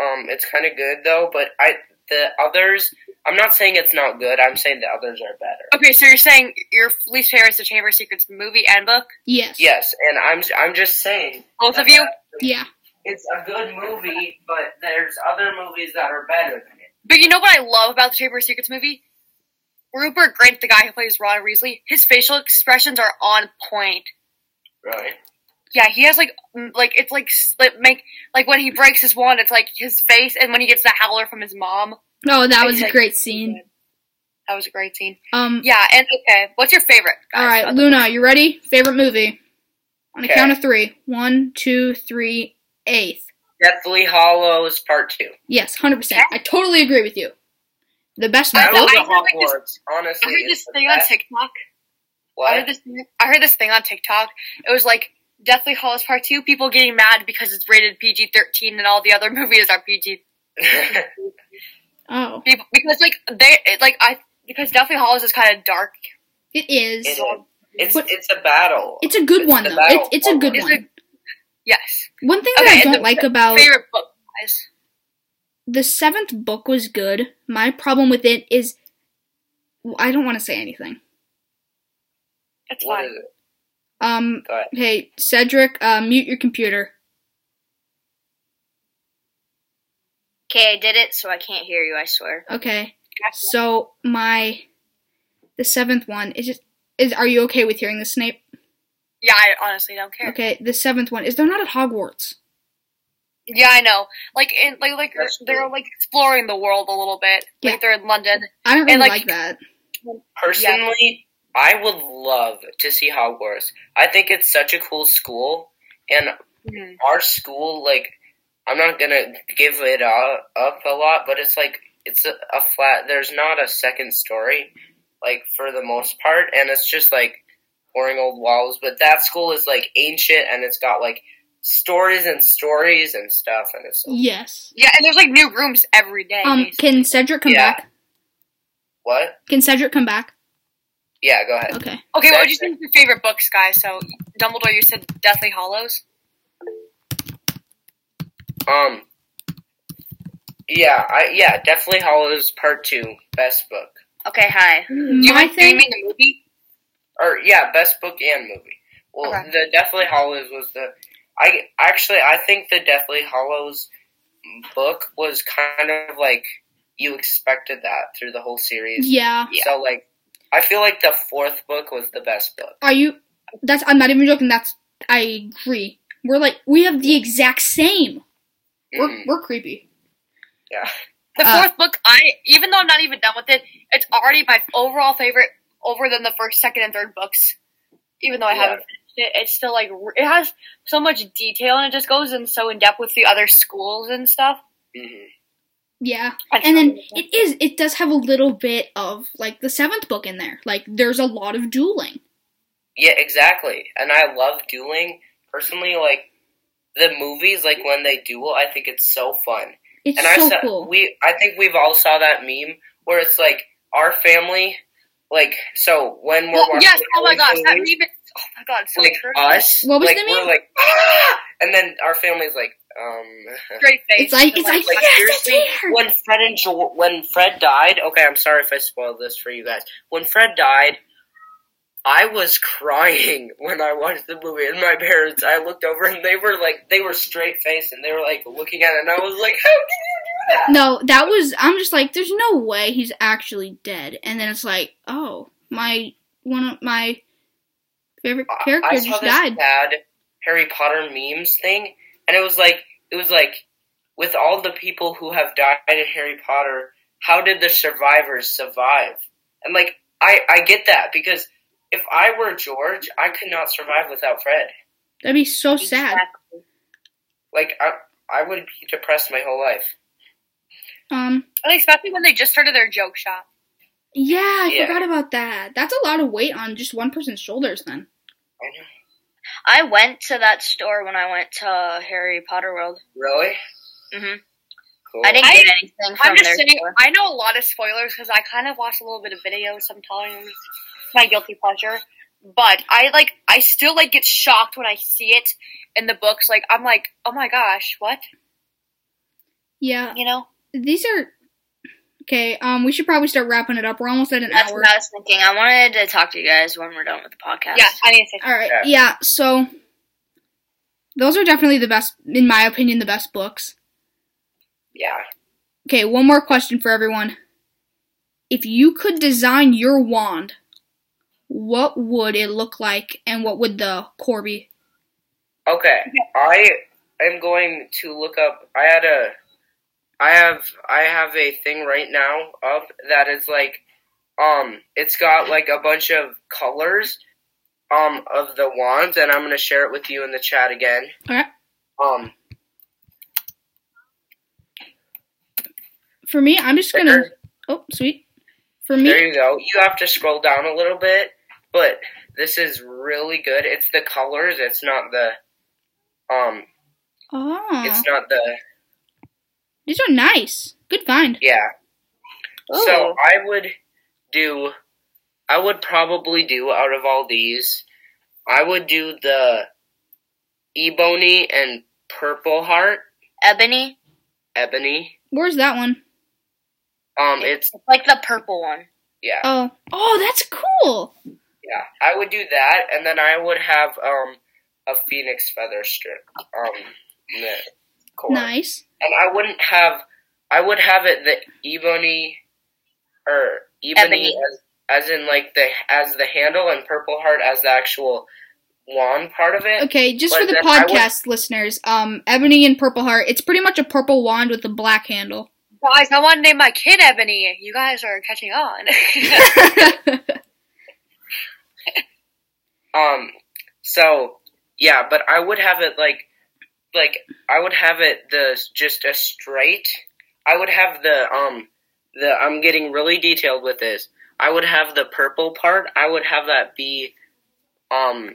[SPEAKER 3] Um, it's kind of good though. But I the others. I'm not saying it's not good. I'm saying the others are better.
[SPEAKER 4] Okay, so you're saying your least favorite is the Chamber of Secrets movie and book,
[SPEAKER 1] Yes.
[SPEAKER 3] Yes, and I'm I'm just saying
[SPEAKER 4] both of
[SPEAKER 1] Uh-huh.
[SPEAKER 4] you.
[SPEAKER 1] Yeah.
[SPEAKER 3] it's a good movie, but there's other movies that are better than it.
[SPEAKER 4] But you know what I love about the Chamber of Secrets movie? Rupert Grint, the guy who plays Ron Weasley, his facial expressions are on point.
[SPEAKER 3] Really?
[SPEAKER 4] Yeah, he has like, m- like it's like, s- like make like when he breaks his wand, it's like his face, and when he gets the howler from his mom,
[SPEAKER 1] No, Oh, that was a
[SPEAKER 4] Exactly.
[SPEAKER 1] great scene.
[SPEAKER 4] that was a great scene.
[SPEAKER 1] Um,
[SPEAKER 4] Yeah, and okay, what's your favorite? guys?
[SPEAKER 1] All right, Luna, you ready? Favorite movie? On a
[SPEAKER 3] Okay.
[SPEAKER 1] count of three. One, two, three, eighth.
[SPEAKER 3] Deathly Hollows Part Two.
[SPEAKER 1] Yes, hundred percent. I totally agree with you. The best
[SPEAKER 4] I
[SPEAKER 3] I
[SPEAKER 1] movie.
[SPEAKER 4] know-
[SPEAKER 3] love the
[SPEAKER 4] I heard
[SPEAKER 3] Hogwarts.
[SPEAKER 4] this- I
[SPEAKER 3] honestly,
[SPEAKER 4] heard
[SPEAKER 3] it's
[SPEAKER 4] this
[SPEAKER 3] the
[SPEAKER 4] thing on
[SPEAKER 3] best.
[SPEAKER 4] TikTok. I
[SPEAKER 3] What?
[SPEAKER 4] heard this. I heard this thing on TikTok. It was like Deathly Hollows Part Two. People getting mad because it's rated PG thirteen, and all the other movies are PG.
[SPEAKER 1] Oh,
[SPEAKER 4] People because like they it, like I because Deathly Hollows is kind of dark.
[SPEAKER 1] it is.
[SPEAKER 3] It is. it's
[SPEAKER 1] But-
[SPEAKER 3] it's a battle.
[SPEAKER 1] It's a good
[SPEAKER 3] It's
[SPEAKER 1] one
[SPEAKER 3] the
[SPEAKER 1] though.
[SPEAKER 3] battle
[SPEAKER 1] It's, it's a good
[SPEAKER 4] Is
[SPEAKER 1] one.
[SPEAKER 4] it- Yes.
[SPEAKER 1] one thing
[SPEAKER 4] okay,
[SPEAKER 1] that I
[SPEAKER 4] and
[SPEAKER 1] don't
[SPEAKER 4] the
[SPEAKER 1] like about
[SPEAKER 4] Favorite book, guys.
[SPEAKER 1] the seventh book was good. My problem with it is I don't want to say anything.
[SPEAKER 4] That's
[SPEAKER 3] What is
[SPEAKER 4] fine.
[SPEAKER 3] it?
[SPEAKER 1] Um,
[SPEAKER 3] Go ahead.
[SPEAKER 1] hey Cedric, uh, mute your computer.
[SPEAKER 5] Okay, I did it, so I can't hear you. I swear.
[SPEAKER 1] Okay.
[SPEAKER 4] Gotcha.
[SPEAKER 1] So my the seventh one is just is. Are you okay with hearing the Snape?
[SPEAKER 4] Yeah, I honestly don't care.
[SPEAKER 1] Okay, the seventh one is they're not at Hogwarts.
[SPEAKER 4] Yeah, I know. Like, in, like, like
[SPEAKER 3] That's
[SPEAKER 4] they're
[SPEAKER 3] cool.
[SPEAKER 4] like exploring the world a little bit.
[SPEAKER 1] Yeah.
[SPEAKER 4] Like they're in London.
[SPEAKER 1] I don't really
[SPEAKER 4] And,
[SPEAKER 1] like,
[SPEAKER 4] like,
[SPEAKER 1] that.
[SPEAKER 3] Personally, I would love to see Hogwarts. I think it's such a cool school, and
[SPEAKER 1] Mm-hmm.
[SPEAKER 4] Mhm.
[SPEAKER 3] our school, like, I'm not gonna give it up, up a lot, but it's like it's a, a flat. There's not a second story, like for the most part, and it's just like boring old walls. But that school is like ancient, and it's got like stories and stories and stuff, and it's
[SPEAKER 1] Yes.
[SPEAKER 4] Yeah, and there's like new rooms every day.
[SPEAKER 1] Um,
[SPEAKER 4] basically.
[SPEAKER 1] can Cedric come
[SPEAKER 3] Yeah.
[SPEAKER 1] back?
[SPEAKER 3] what?
[SPEAKER 1] Can Cedric come back?
[SPEAKER 3] Yeah, go ahead.
[SPEAKER 1] Okay.
[SPEAKER 4] Okay, what would you think is your favorite books, guys? So Dumbledore, you said Deathly Hollows.
[SPEAKER 3] Um. Yeah, I yeah, definitely Hollows Part Two, best book.
[SPEAKER 5] Okay, hi.
[SPEAKER 3] Mm-hmm.
[SPEAKER 4] Do you
[SPEAKER 1] My
[SPEAKER 4] mean, do you
[SPEAKER 1] thing.
[SPEAKER 4] mean the movie?
[SPEAKER 3] or yeah, best book and movie. Well,
[SPEAKER 4] Okay.
[SPEAKER 3] the Deathly Hollows was the. I actually I think the Deathly Hollows book was kind of like you expected that through the whole series.
[SPEAKER 1] Yeah.
[SPEAKER 3] So like, I feel like the fourth book was the best book.
[SPEAKER 1] Are you? That's. I'm not even joking. That's. I agree. We're like. We have the exact same. We're
[SPEAKER 3] Mhm.
[SPEAKER 1] we're creepy.
[SPEAKER 4] The
[SPEAKER 1] Uh,
[SPEAKER 4] fourth book, I even though I'm not even done with it, it's already my overall favorite, over than the first, second, and third books. Even though I
[SPEAKER 3] Yeah.
[SPEAKER 4] haven't finished it, it's still like r- it has so much detail and it just goes in so in depth with the other schools and stuff.
[SPEAKER 3] Mhm.
[SPEAKER 1] Yeah.
[SPEAKER 4] I
[SPEAKER 1] And then
[SPEAKER 4] still-
[SPEAKER 1] it is. It does have a little bit of like the seventh book in there. Like there's a lot of dueling.
[SPEAKER 3] Yeah, exactly. And I love dueling personally. Like the movies, like when they duel, I think it's so fun.
[SPEAKER 1] It's
[SPEAKER 3] and I
[SPEAKER 1] so
[SPEAKER 3] saw,
[SPEAKER 1] cool.
[SPEAKER 3] we I think we've all saw that meme where it's like our family, like so when we're
[SPEAKER 4] Well,
[SPEAKER 3] watching
[SPEAKER 4] yes, oh my
[SPEAKER 3] old
[SPEAKER 4] gosh, that
[SPEAKER 3] movies,
[SPEAKER 4] meme. is- Oh my god, so
[SPEAKER 3] like
[SPEAKER 4] true.
[SPEAKER 3] us,
[SPEAKER 1] What was
[SPEAKER 3] like,
[SPEAKER 1] the
[SPEAKER 3] we're
[SPEAKER 1] meme?
[SPEAKER 3] like, "Ah!" and then our family's like, um,
[SPEAKER 4] Straight face.
[SPEAKER 1] It's like it's like
[SPEAKER 3] like,
[SPEAKER 1] yes, it's
[SPEAKER 3] seriously,
[SPEAKER 1] here.
[SPEAKER 3] when Fred and jo- when Fred died. Okay, I'm sorry if I spoiled this for you guys. When Fred died. I was crying when I watched the movie, and my parents. I looked over, and they were like, they were straight faced, and they were like looking at it, and I was like, "How can you do that?"
[SPEAKER 1] No, that was. I'm just like, there's no way he's actually dead. And then it's like, oh, my one of my favorite
[SPEAKER 3] I-
[SPEAKER 1] character
[SPEAKER 3] I saw
[SPEAKER 1] just
[SPEAKER 3] this
[SPEAKER 1] died.
[SPEAKER 3] bad Harry Potter memes thing, and it was like it was like with all the people who have died in Harry Potter, how did the survivors survive? And like I I get that because if I were George, I could not survive without Fred.
[SPEAKER 1] That'd be so sad.
[SPEAKER 5] Exactly.
[SPEAKER 3] Like I I would be depressed my whole life.
[SPEAKER 1] Um,
[SPEAKER 4] Like, especially when they just started their joke shop.
[SPEAKER 1] yeah, I
[SPEAKER 3] Yeah.
[SPEAKER 1] forgot about that. That's a lot of weight on just one person's shoulders. Then
[SPEAKER 3] I know.
[SPEAKER 5] I went to that store when I went to Harry Potter World.
[SPEAKER 3] Really?
[SPEAKER 1] Mm-hmm.
[SPEAKER 5] Mhm.
[SPEAKER 3] Cool.
[SPEAKER 5] I didn't
[SPEAKER 4] I-
[SPEAKER 5] get anything from
[SPEAKER 4] I'm just
[SPEAKER 5] their
[SPEAKER 4] saying,
[SPEAKER 5] store.
[SPEAKER 4] I know a lot of spoilers because I kind of watch a little bit of videos sometimes. It's my guilty pleasure, but I like I still like get shocked when I see it in the books. Like I'm like, oh my gosh, what?
[SPEAKER 1] yeah,
[SPEAKER 4] You know?
[SPEAKER 1] these are okay. Um, we should probably start wrapping it up. We're almost at an
[SPEAKER 5] That's
[SPEAKER 1] hour.
[SPEAKER 5] what I was thinking. I wanted to talk to you guys when we're done with the podcast.
[SPEAKER 4] Yeah, I need to say.
[SPEAKER 1] All right.
[SPEAKER 3] Yeah.
[SPEAKER 1] Yeah. So those are definitely the best, in my opinion, the best books.
[SPEAKER 3] Yeah.
[SPEAKER 1] Okay, one more question for everyone. If you could design your wand, what would it look like and what would the core be?
[SPEAKER 3] Okay. I am going to look up I had a I have I have a thing right now up that is like um it's got like a bunch of colors um of the wands and I'm gonna share it with you in the chat again.
[SPEAKER 1] Alright.
[SPEAKER 3] Um
[SPEAKER 1] For me, I'm just gonna. Oh, sweet. For
[SPEAKER 3] there
[SPEAKER 1] me,
[SPEAKER 3] you go. You have to scroll down a little bit, but this is really good. It's the colors, it's not the um
[SPEAKER 1] oh,
[SPEAKER 3] it's not the
[SPEAKER 1] these are nice. Good find.
[SPEAKER 3] Yeah. So
[SPEAKER 5] Ooh.
[SPEAKER 3] I would do. I would probably do out of all these, I would do the ebony and purple heart,
[SPEAKER 5] Ebony,
[SPEAKER 3] ebony.
[SPEAKER 1] Where's that one?
[SPEAKER 3] Um, it's
[SPEAKER 5] it's like the purple one.
[SPEAKER 3] yeah,
[SPEAKER 1] Oh, oh, that's cool.
[SPEAKER 3] yeah. I would do that, and then I would have um a phoenix feather strip. Um, in the core.
[SPEAKER 1] Nice.
[SPEAKER 3] and I wouldn't have. I would have it the ebony, or ebony,
[SPEAKER 5] Ebony.
[SPEAKER 3] As, as in like the as the handle and purple heart as the actual wand part of it.
[SPEAKER 1] Okay, just for
[SPEAKER 3] But
[SPEAKER 1] the
[SPEAKER 3] then I would-
[SPEAKER 1] podcast listeners, um, Ebony and Purple Heart. It's pretty much a purple wand with a black handle.
[SPEAKER 4] Guys, I want to name my kid Ebony. You guys are catching on.
[SPEAKER 3] Um. So yeah, but I would have it like, like I would have it the just a straight. I would have the um the I'm getting really detailed with this. I would have the purple part. I would have that be, um,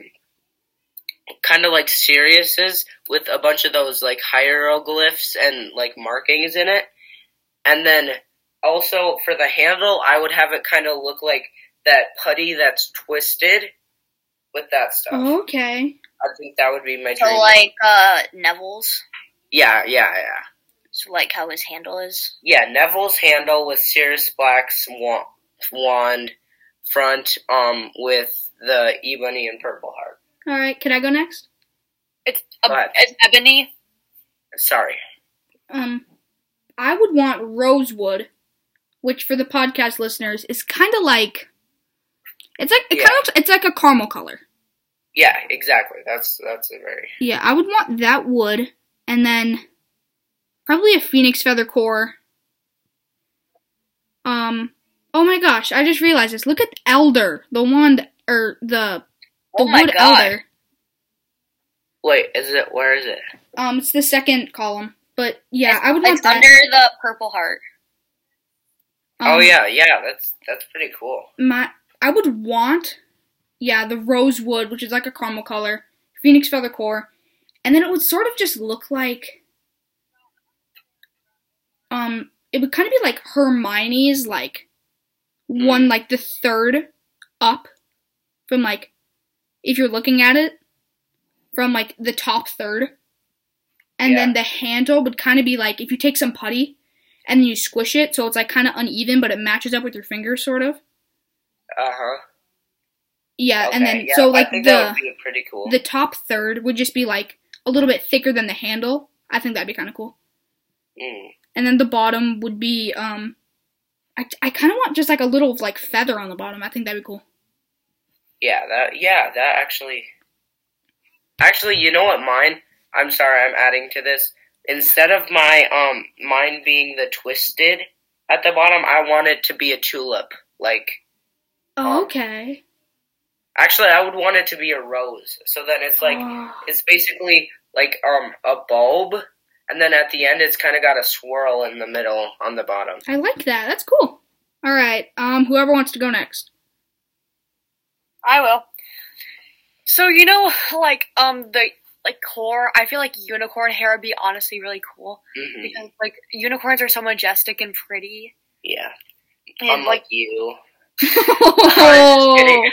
[SPEAKER 3] kind of like Sirius's with a bunch of those like hieroglyphs and like markings in it, and then also for the handle, I would have it kind of look like that putty that's twisted with that stuff.
[SPEAKER 1] Okay.
[SPEAKER 3] I think that would be my
[SPEAKER 5] So
[SPEAKER 3] dream.
[SPEAKER 5] like uh Neville's.
[SPEAKER 3] yeah, yeah, yeah.
[SPEAKER 5] So like how his handle is.
[SPEAKER 3] Yeah, Neville's handle with Sirius Black's wa- wand front um with the ebony and purple heart.
[SPEAKER 1] All right. Can I go next?
[SPEAKER 4] It's, a,
[SPEAKER 3] But-
[SPEAKER 4] it's Um, ebony.
[SPEAKER 3] Sorry.
[SPEAKER 1] Um, I would want rosewood, which for the podcast listeners is kind of like, it's like it
[SPEAKER 3] Yeah.
[SPEAKER 1] kind of looks, it's like a caramel color.
[SPEAKER 3] Yeah, exactly. That's that's a very
[SPEAKER 1] Yeah, I would want that wood, and then probably a phoenix feather core. Um, oh my gosh, I just realized this. Look at elder, the wand or the the
[SPEAKER 5] Oh my
[SPEAKER 1] wood
[SPEAKER 5] god.
[SPEAKER 1] elder.
[SPEAKER 3] Wait, is it where is it?
[SPEAKER 1] Um, it's the second column, but yeah, I would want
[SPEAKER 5] It's
[SPEAKER 1] that.
[SPEAKER 5] under the purple heart.
[SPEAKER 1] Um,
[SPEAKER 3] oh yeah, yeah, that's that's pretty cool.
[SPEAKER 1] my I would want yeah, the rosewood, which is like a caramel color, phoenix feather core, and then it would sort of just look like um it would kind of be like Hermione's like one like the third up from like if you're looking at it from like the top third. And then the handle would kind of be like if you take some putty and then you squish it so it's like kind of uneven but it matches up with your fingers sort of.
[SPEAKER 3] Uh huh.
[SPEAKER 1] Yeah, uh, and then
[SPEAKER 3] yeah,
[SPEAKER 1] so like
[SPEAKER 3] I think that
[SPEAKER 1] the
[SPEAKER 3] would be pretty cool.
[SPEAKER 1] the top third would just be like a little bit thicker than the handle. I think that'd be kind of cool.
[SPEAKER 3] Mm.
[SPEAKER 1] And then the bottom would be um, I, I kind of want just like a little like feather on the bottom. I think that'd be cool.
[SPEAKER 3] Yeah, that yeah, that actually Actually, you know what mine? I'm sorry, I'm adding to this. Instead of my um mine being the twisted at the bottom, I want it to be a tulip. Like
[SPEAKER 1] Oh,
[SPEAKER 3] Um,
[SPEAKER 1] okay.
[SPEAKER 3] actually I would want it to be a rose. So then it's like
[SPEAKER 1] Oh.
[SPEAKER 3] it's basically like um a bulb and then at the end it's kinda got a swirl in the middle on the bottom.
[SPEAKER 1] I like that. That's cool. All right. Um, whoever wants to go next.
[SPEAKER 4] I will. So you know, like um the like core. I feel like unicorn hair would be honestly really cool
[SPEAKER 3] hmm
[SPEAKER 4] because like unicorns are so majestic and pretty.
[SPEAKER 3] Yeah.
[SPEAKER 4] And,
[SPEAKER 3] Unlike
[SPEAKER 4] like
[SPEAKER 3] you.
[SPEAKER 1] oh,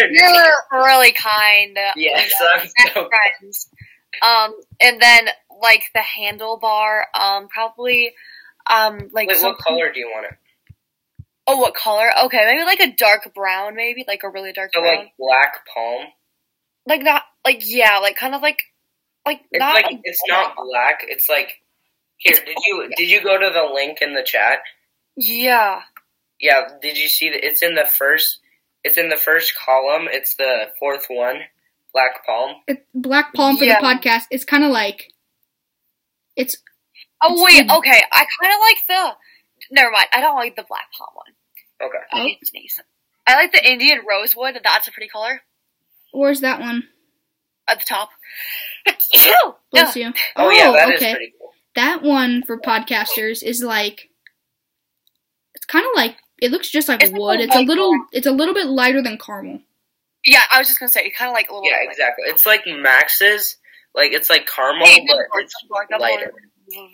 [SPEAKER 4] you're really kind.
[SPEAKER 3] yes,
[SPEAKER 4] you know,
[SPEAKER 3] I'm
[SPEAKER 4] best
[SPEAKER 3] so
[SPEAKER 4] friends. Um, and then like the handlebar. Um, probably. Um, like
[SPEAKER 3] Wait,
[SPEAKER 4] some-
[SPEAKER 3] what color do you want it?
[SPEAKER 4] Oh, what color? Okay, maybe like a dark brown, maybe like a really dark
[SPEAKER 3] So
[SPEAKER 4] brown.
[SPEAKER 3] like black palm.
[SPEAKER 4] like not like yeah, like kind of like like
[SPEAKER 3] It's
[SPEAKER 4] not
[SPEAKER 3] like it's not black. It's like here. Did you did you go to the link in the chat?
[SPEAKER 4] yeah.
[SPEAKER 3] Yeah. Did you see that? It's in the first. It's in the first column. It's the fourth one. Black palm.
[SPEAKER 1] It- black palm for
[SPEAKER 4] Yeah.
[SPEAKER 1] the podcast. It's kind of like it's
[SPEAKER 4] Oh
[SPEAKER 1] It's
[SPEAKER 4] wait,
[SPEAKER 1] the-
[SPEAKER 4] okay. I kind of like the. Never mind. I don't like the black palm one.
[SPEAKER 3] Okay.
[SPEAKER 4] I
[SPEAKER 1] Oh.
[SPEAKER 4] hate sneeze. I like the Indian rosewood. That's a pretty color
[SPEAKER 1] where's that one?
[SPEAKER 4] at the top. Ew.
[SPEAKER 1] Bless you.
[SPEAKER 3] Oh, yeah, that is pretty cool.
[SPEAKER 1] that one for podcasters is like it's kind of like it looks just like
[SPEAKER 4] It's like a
[SPEAKER 1] wood. It's a
[SPEAKER 4] white
[SPEAKER 1] little it's a little bit lighter than caramel.
[SPEAKER 4] Yeah, I was just gonna say kind of like a little.
[SPEAKER 3] Yeah,
[SPEAKER 4] like-
[SPEAKER 3] exactly. It's like Max's. Like it's like caramel,
[SPEAKER 4] Hey,
[SPEAKER 3] but
[SPEAKER 4] that's more-
[SPEAKER 3] it's
[SPEAKER 4] that's more- that's more-
[SPEAKER 3] lighter.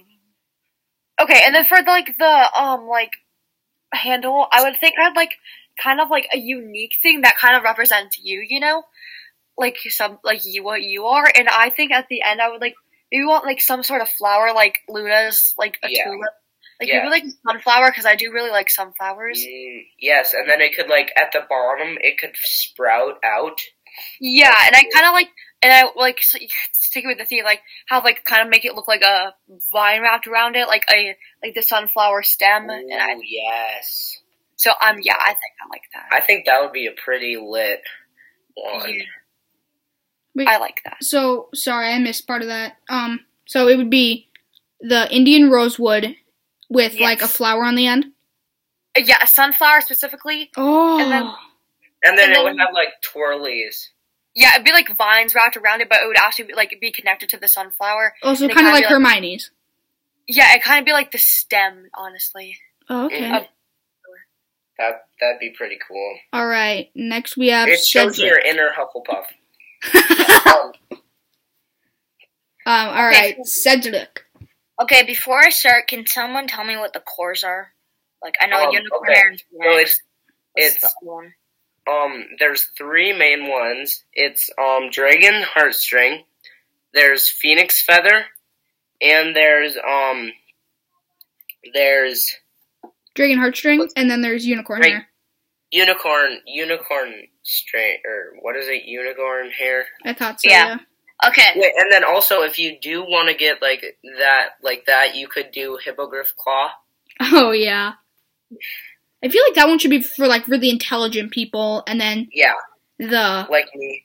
[SPEAKER 4] Okay, and then for like the um like handle, I would think I'd like kind of like a unique thing that kind of represents you, you know, like some like you what you are, and I think at the end I would like maybe want like some sort of flower like Luna's like a
[SPEAKER 3] Yeah.
[SPEAKER 4] tulip, like
[SPEAKER 3] Yeah.
[SPEAKER 4] maybe like sunflower because I do really like sunflowers.
[SPEAKER 3] Mm, yes, and then it could like at the bottom it could sprout out.
[SPEAKER 4] Yeah, and I
[SPEAKER 3] cool.
[SPEAKER 4] kind of like, and I like s- sticking with the theme, like how like kind of make it look like a vine wrapped around it, like a like the sunflower stem, Um, and I
[SPEAKER 3] Ooh, yes.
[SPEAKER 4] so um yeah, I think I like that.
[SPEAKER 3] I think that would be a pretty lit one.
[SPEAKER 4] Yeah.
[SPEAKER 1] Wait,
[SPEAKER 4] I like that.
[SPEAKER 1] so sorry, I missed part of that. Um, so it would be the Indian rosewood with like a
[SPEAKER 4] Yes.
[SPEAKER 1] flower on the end.
[SPEAKER 4] Uh, Yeah, a sunflower specifically.
[SPEAKER 1] Oh,
[SPEAKER 4] then-
[SPEAKER 3] And then
[SPEAKER 4] And
[SPEAKER 3] it would
[SPEAKER 4] then-
[SPEAKER 3] have like twirlies.
[SPEAKER 4] Yeah, it'd be like vines wrapped around it, but it would actually be, like be connected to the sunflower.
[SPEAKER 1] oh, so
[SPEAKER 4] they
[SPEAKER 1] kind
[SPEAKER 4] kinda
[SPEAKER 1] of like
[SPEAKER 4] like-
[SPEAKER 1] Hermione's.
[SPEAKER 4] Yeah, it kind of be like the stem, honestly.
[SPEAKER 1] Oh, okay.
[SPEAKER 3] Mhm. That that'd be pretty cool.
[SPEAKER 1] All right. Next we have
[SPEAKER 3] it shows
[SPEAKER 1] Cedric.
[SPEAKER 3] your inner Hufflepuff. Um,
[SPEAKER 1] Um, all
[SPEAKER 5] Okay.
[SPEAKER 1] right, Cedric.
[SPEAKER 5] Okay, before I start, can someone tell me what the cores are? Like I know
[SPEAKER 3] Um,
[SPEAKER 5] unicorn
[SPEAKER 3] okay.
[SPEAKER 5] hair and
[SPEAKER 3] so it's
[SPEAKER 5] What's
[SPEAKER 3] it's
[SPEAKER 5] the other one?
[SPEAKER 3] um there's three main ones. It's um Dragon Heartstring, there's Phoenix Feather, and there's um there's
[SPEAKER 1] Dragon Heartstring, and then there's Unicorn
[SPEAKER 3] Right.
[SPEAKER 1] Hair.
[SPEAKER 3] unicorn unicorn string or what is it? Unicorn hair.
[SPEAKER 1] I thought so.
[SPEAKER 5] Yeah.
[SPEAKER 1] Yeah.
[SPEAKER 5] Okay.
[SPEAKER 3] Wait, and then also if you do want to get like that like that, you could do Hippogriff Claw.
[SPEAKER 1] Oh yeah. I feel like that one should be for like really intelligent people, and then
[SPEAKER 3] Yeah,
[SPEAKER 1] the
[SPEAKER 3] like me.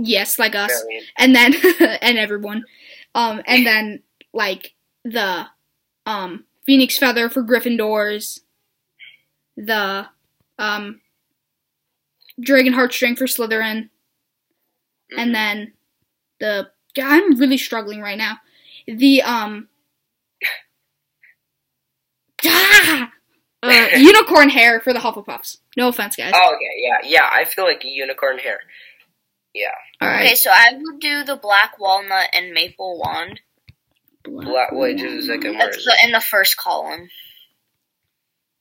[SPEAKER 1] yes, like us.
[SPEAKER 3] Brilliant.
[SPEAKER 1] and then and everyone um and then like the um phoenix feather for gryffindors the um dragon heartstring for slytherin
[SPEAKER 3] mm-hmm.
[SPEAKER 1] and then the i'm really struggling right now the um ah, uh, unicorn hair for the hufflepuffs no offense guys
[SPEAKER 3] Oh, okay, yeah, yeah. I feel like unicorn hair.
[SPEAKER 1] all
[SPEAKER 5] Okay,
[SPEAKER 1] right
[SPEAKER 5] so I would do the black walnut and maple wand.
[SPEAKER 3] Black, wait, just a second. Where
[SPEAKER 5] That's
[SPEAKER 3] is it?
[SPEAKER 5] the, in the first column.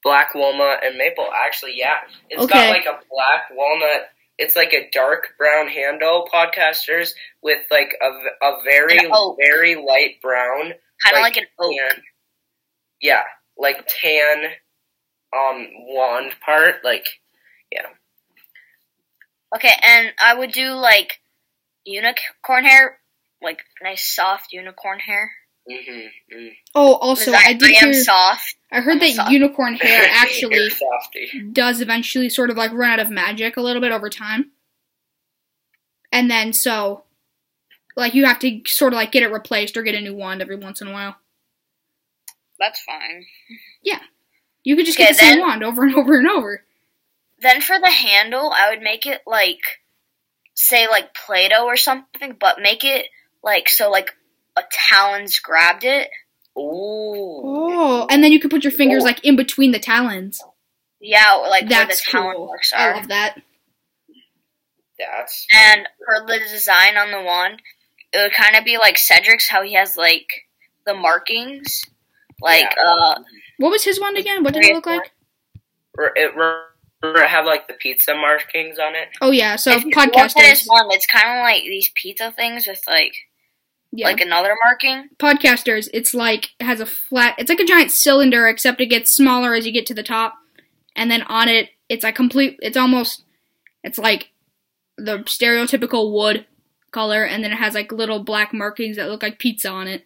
[SPEAKER 3] Black walnut and maple. Actually, yeah, it's got
[SPEAKER 1] Okay.
[SPEAKER 3] like a black walnut. It's like a dark brown handle, podcasters, with like a, v- a very
[SPEAKER 5] An oak.
[SPEAKER 3] very light brown.
[SPEAKER 5] Kind of
[SPEAKER 3] Like,
[SPEAKER 5] like, an oak.
[SPEAKER 3] and- yeah, like tan, um, wand part. Like
[SPEAKER 5] Okay, and I would do like unicorn hair, like nice soft unicorn hair.
[SPEAKER 3] hmm mm.
[SPEAKER 1] oh
[SPEAKER 5] 'Cause
[SPEAKER 1] also
[SPEAKER 5] I,
[SPEAKER 1] i, did
[SPEAKER 5] I am
[SPEAKER 1] hear
[SPEAKER 5] soft.
[SPEAKER 1] i heard that
[SPEAKER 5] soft.
[SPEAKER 1] unicorn hair actually
[SPEAKER 3] You're softy.
[SPEAKER 1] does eventually sort of like run out of magic a little bit over time. And then so like you have to sort of like get it replaced or get a new wand every once in a while.
[SPEAKER 5] That's fine.
[SPEAKER 1] You could just
[SPEAKER 5] Okay,
[SPEAKER 1] get the same
[SPEAKER 5] then-
[SPEAKER 1] wand over and over and over.
[SPEAKER 5] Then for the handle, I would make it like, say like Play-Doh or something, but make it like so like a talons grabbed it.
[SPEAKER 3] Ooh.
[SPEAKER 1] Oh, and then you could put your fingers like in between the talons.
[SPEAKER 5] Yeah, or like where the
[SPEAKER 1] That's
[SPEAKER 5] talon
[SPEAKER 1] cool.
[SPEAKER 5] marks
[SPEAKER 1] I
[SPEAKER 5] are.
[SPEAKER 1] love that.
[SPEAKER 3] That's
[SPEAKER 5] And for the design on the wand, it would kind of be like Cedric's, how he has like the markings, like
[SPEAKER 3] Yeah.
[SPEAKER 5] uh,
[SPEAKER 1] What was his wand again? What did it look like?
[SPEAKER 3] r- it. r- r- Have like the pizza markings on it.
[SPEAKER 1] Oh yeah, so
[SPEAKER 5] if you look at his
[SPEAKER 1] podcasters.
[SPEAKER 5] wand, it's kind of like these pizza things with like
[SPEAKER 1] Yeah.
[SPEAKER 5] like another marking.
[SPEAKER 1] podcasters, it's like it has a flat it's like a giant cylinder except it gets smaller as you get to the top. And then on it it's a complete it's almost it's like the stereotypical wood color and then it has like little black markings that look like pizza on it.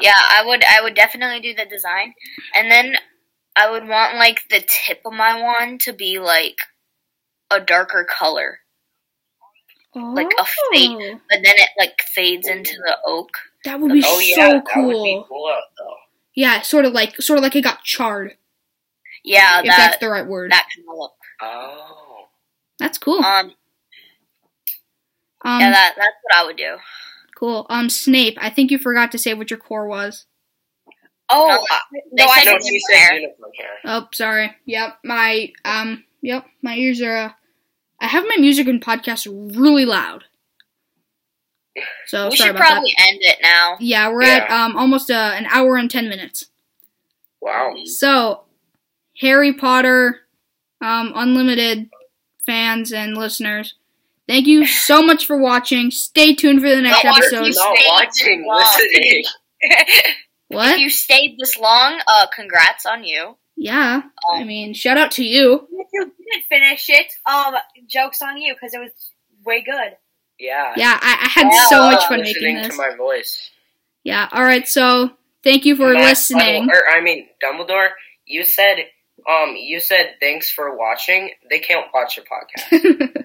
[SPEAKER 5] Yeah, I would I would definitely do the design, and then I would want like the tip of my wand to be like a darker color, Like a fate.
[SPEAKER 1] Oh,
[SPEAKER 5] but then it like fades into the oak.
[SPEAKER 1] That would be so
[SPEAKER 3] oh yeah, that
[SPEAKER 1] cool.
[SPEAKER 3] would be cool. Though.
[SPEAKER 1] Yeah, sort of like sort of like it got charred,
[SPEAKER 5] Yeah,
[SPEAKER 1] if that's
[SPEAKER 5] uh, that
[SPEAKER 1] the right word.
[SPEAKER 5] that kind of look.
[SPEAKER 3] Oh.
[SPEAKER 1] that's cool.
[SPEAKER 5] Um,
[SPEAKER 1] um
[SPEAKER 5] yeah, that that's what I would do.
[SPEAKER 1] cool. Um Snape, I think you forgot to say what your core was.
[SPEAKER 4] Oh,
[SPEAKER 5] No,
[SPEAKER 4] I-
[SPEAKER 5] they
[SPEAKER 4] no, I
[SPEAKER 5] said
[SPEAKER 3] No,
[SPEAKER 4] don't.
[SPEAKER 5] it's
[SPEAKER 3] she
[SPEAKER 5] in
[SPEAKER 3] said
[SPEAKER 5] there.
[SPEAKER 3] unicorn hair.
[SPEAKER 1] Oh, sorry. Yep, my um, yep, my ears are. Uh, I have my music and podcast really loud, so
[SPEAKER 5] we
[SPEAKER 1] Oh, sorry
[SPEAKER 5] should
[SPEAKER 1] about
[SPEAKER 5] probably end it now.
[SPEAKER 1] that. Yeah, we're at um almost uh, an hour and ten minutes.
[SPEAKER 3] Wow.
[SPEAKER 1] So, Harry Potter, um, unlimited fans and listeners, thank you so much for watching. Stay tuned for the next
[SPEAKER 5] Not watching,
[SPEAKER 1] episode.
[SPEAKER 5] no.
[SPEAKER 3] Not
[SPEAKER 5] stayed
[SPEAKER 3] watching,
[SPEAKER 5] long.
[SPEAKER 3] listening.
[SPEAKER 5] If
[SPEAKER 1] What?
[SPEAKER 5] you stayed this long, uh, congrats on you.
[SPEAKER 1] Yeah, I mean, shout out to you.
[SPEAKER 4] If you didn't finish it, um, jokes on you because it was way good.
[SPEAKER 3] Yeah.
[SPEAKER 1] Yeah, I, I had
[SPEAKER 5] Yeah,
[SPEAKER 1] so
[SPEAKER 5] uh,
[SPEAKER 1] much fun
[SPEAKER 3] listening
[SPEAKER 1] making this.
[SPEAKER 3] to my voice.
[SPEAKER 1] Yeah. All right. So thank you for
[SPEAKER 3] Matt
[SPEAKER 1] listening.
[SPEAKER 3] Dumbledore- or, I mean, Dumbledore, you said, um, you said thanks for watching. They can't watch your podcast.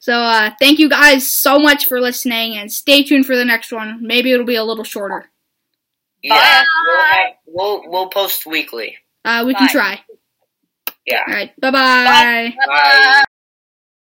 [SPEAKER 1] so uh, thank you guys so much for listening, and stay tuned for the next one. Maybe it'll be a little shorter.
[SPEAKER 3] yeah, we'll, have, we'll we'll post weekly.
[SPEAKER 1] Uh, we can
[SPEAKER 5] Bye.
[SPEAKER 1] try.
[SPEAKER 3] Yeah.
[SPEAKER 1] All right. Bye bye.
[SPEAKER 5] Bye.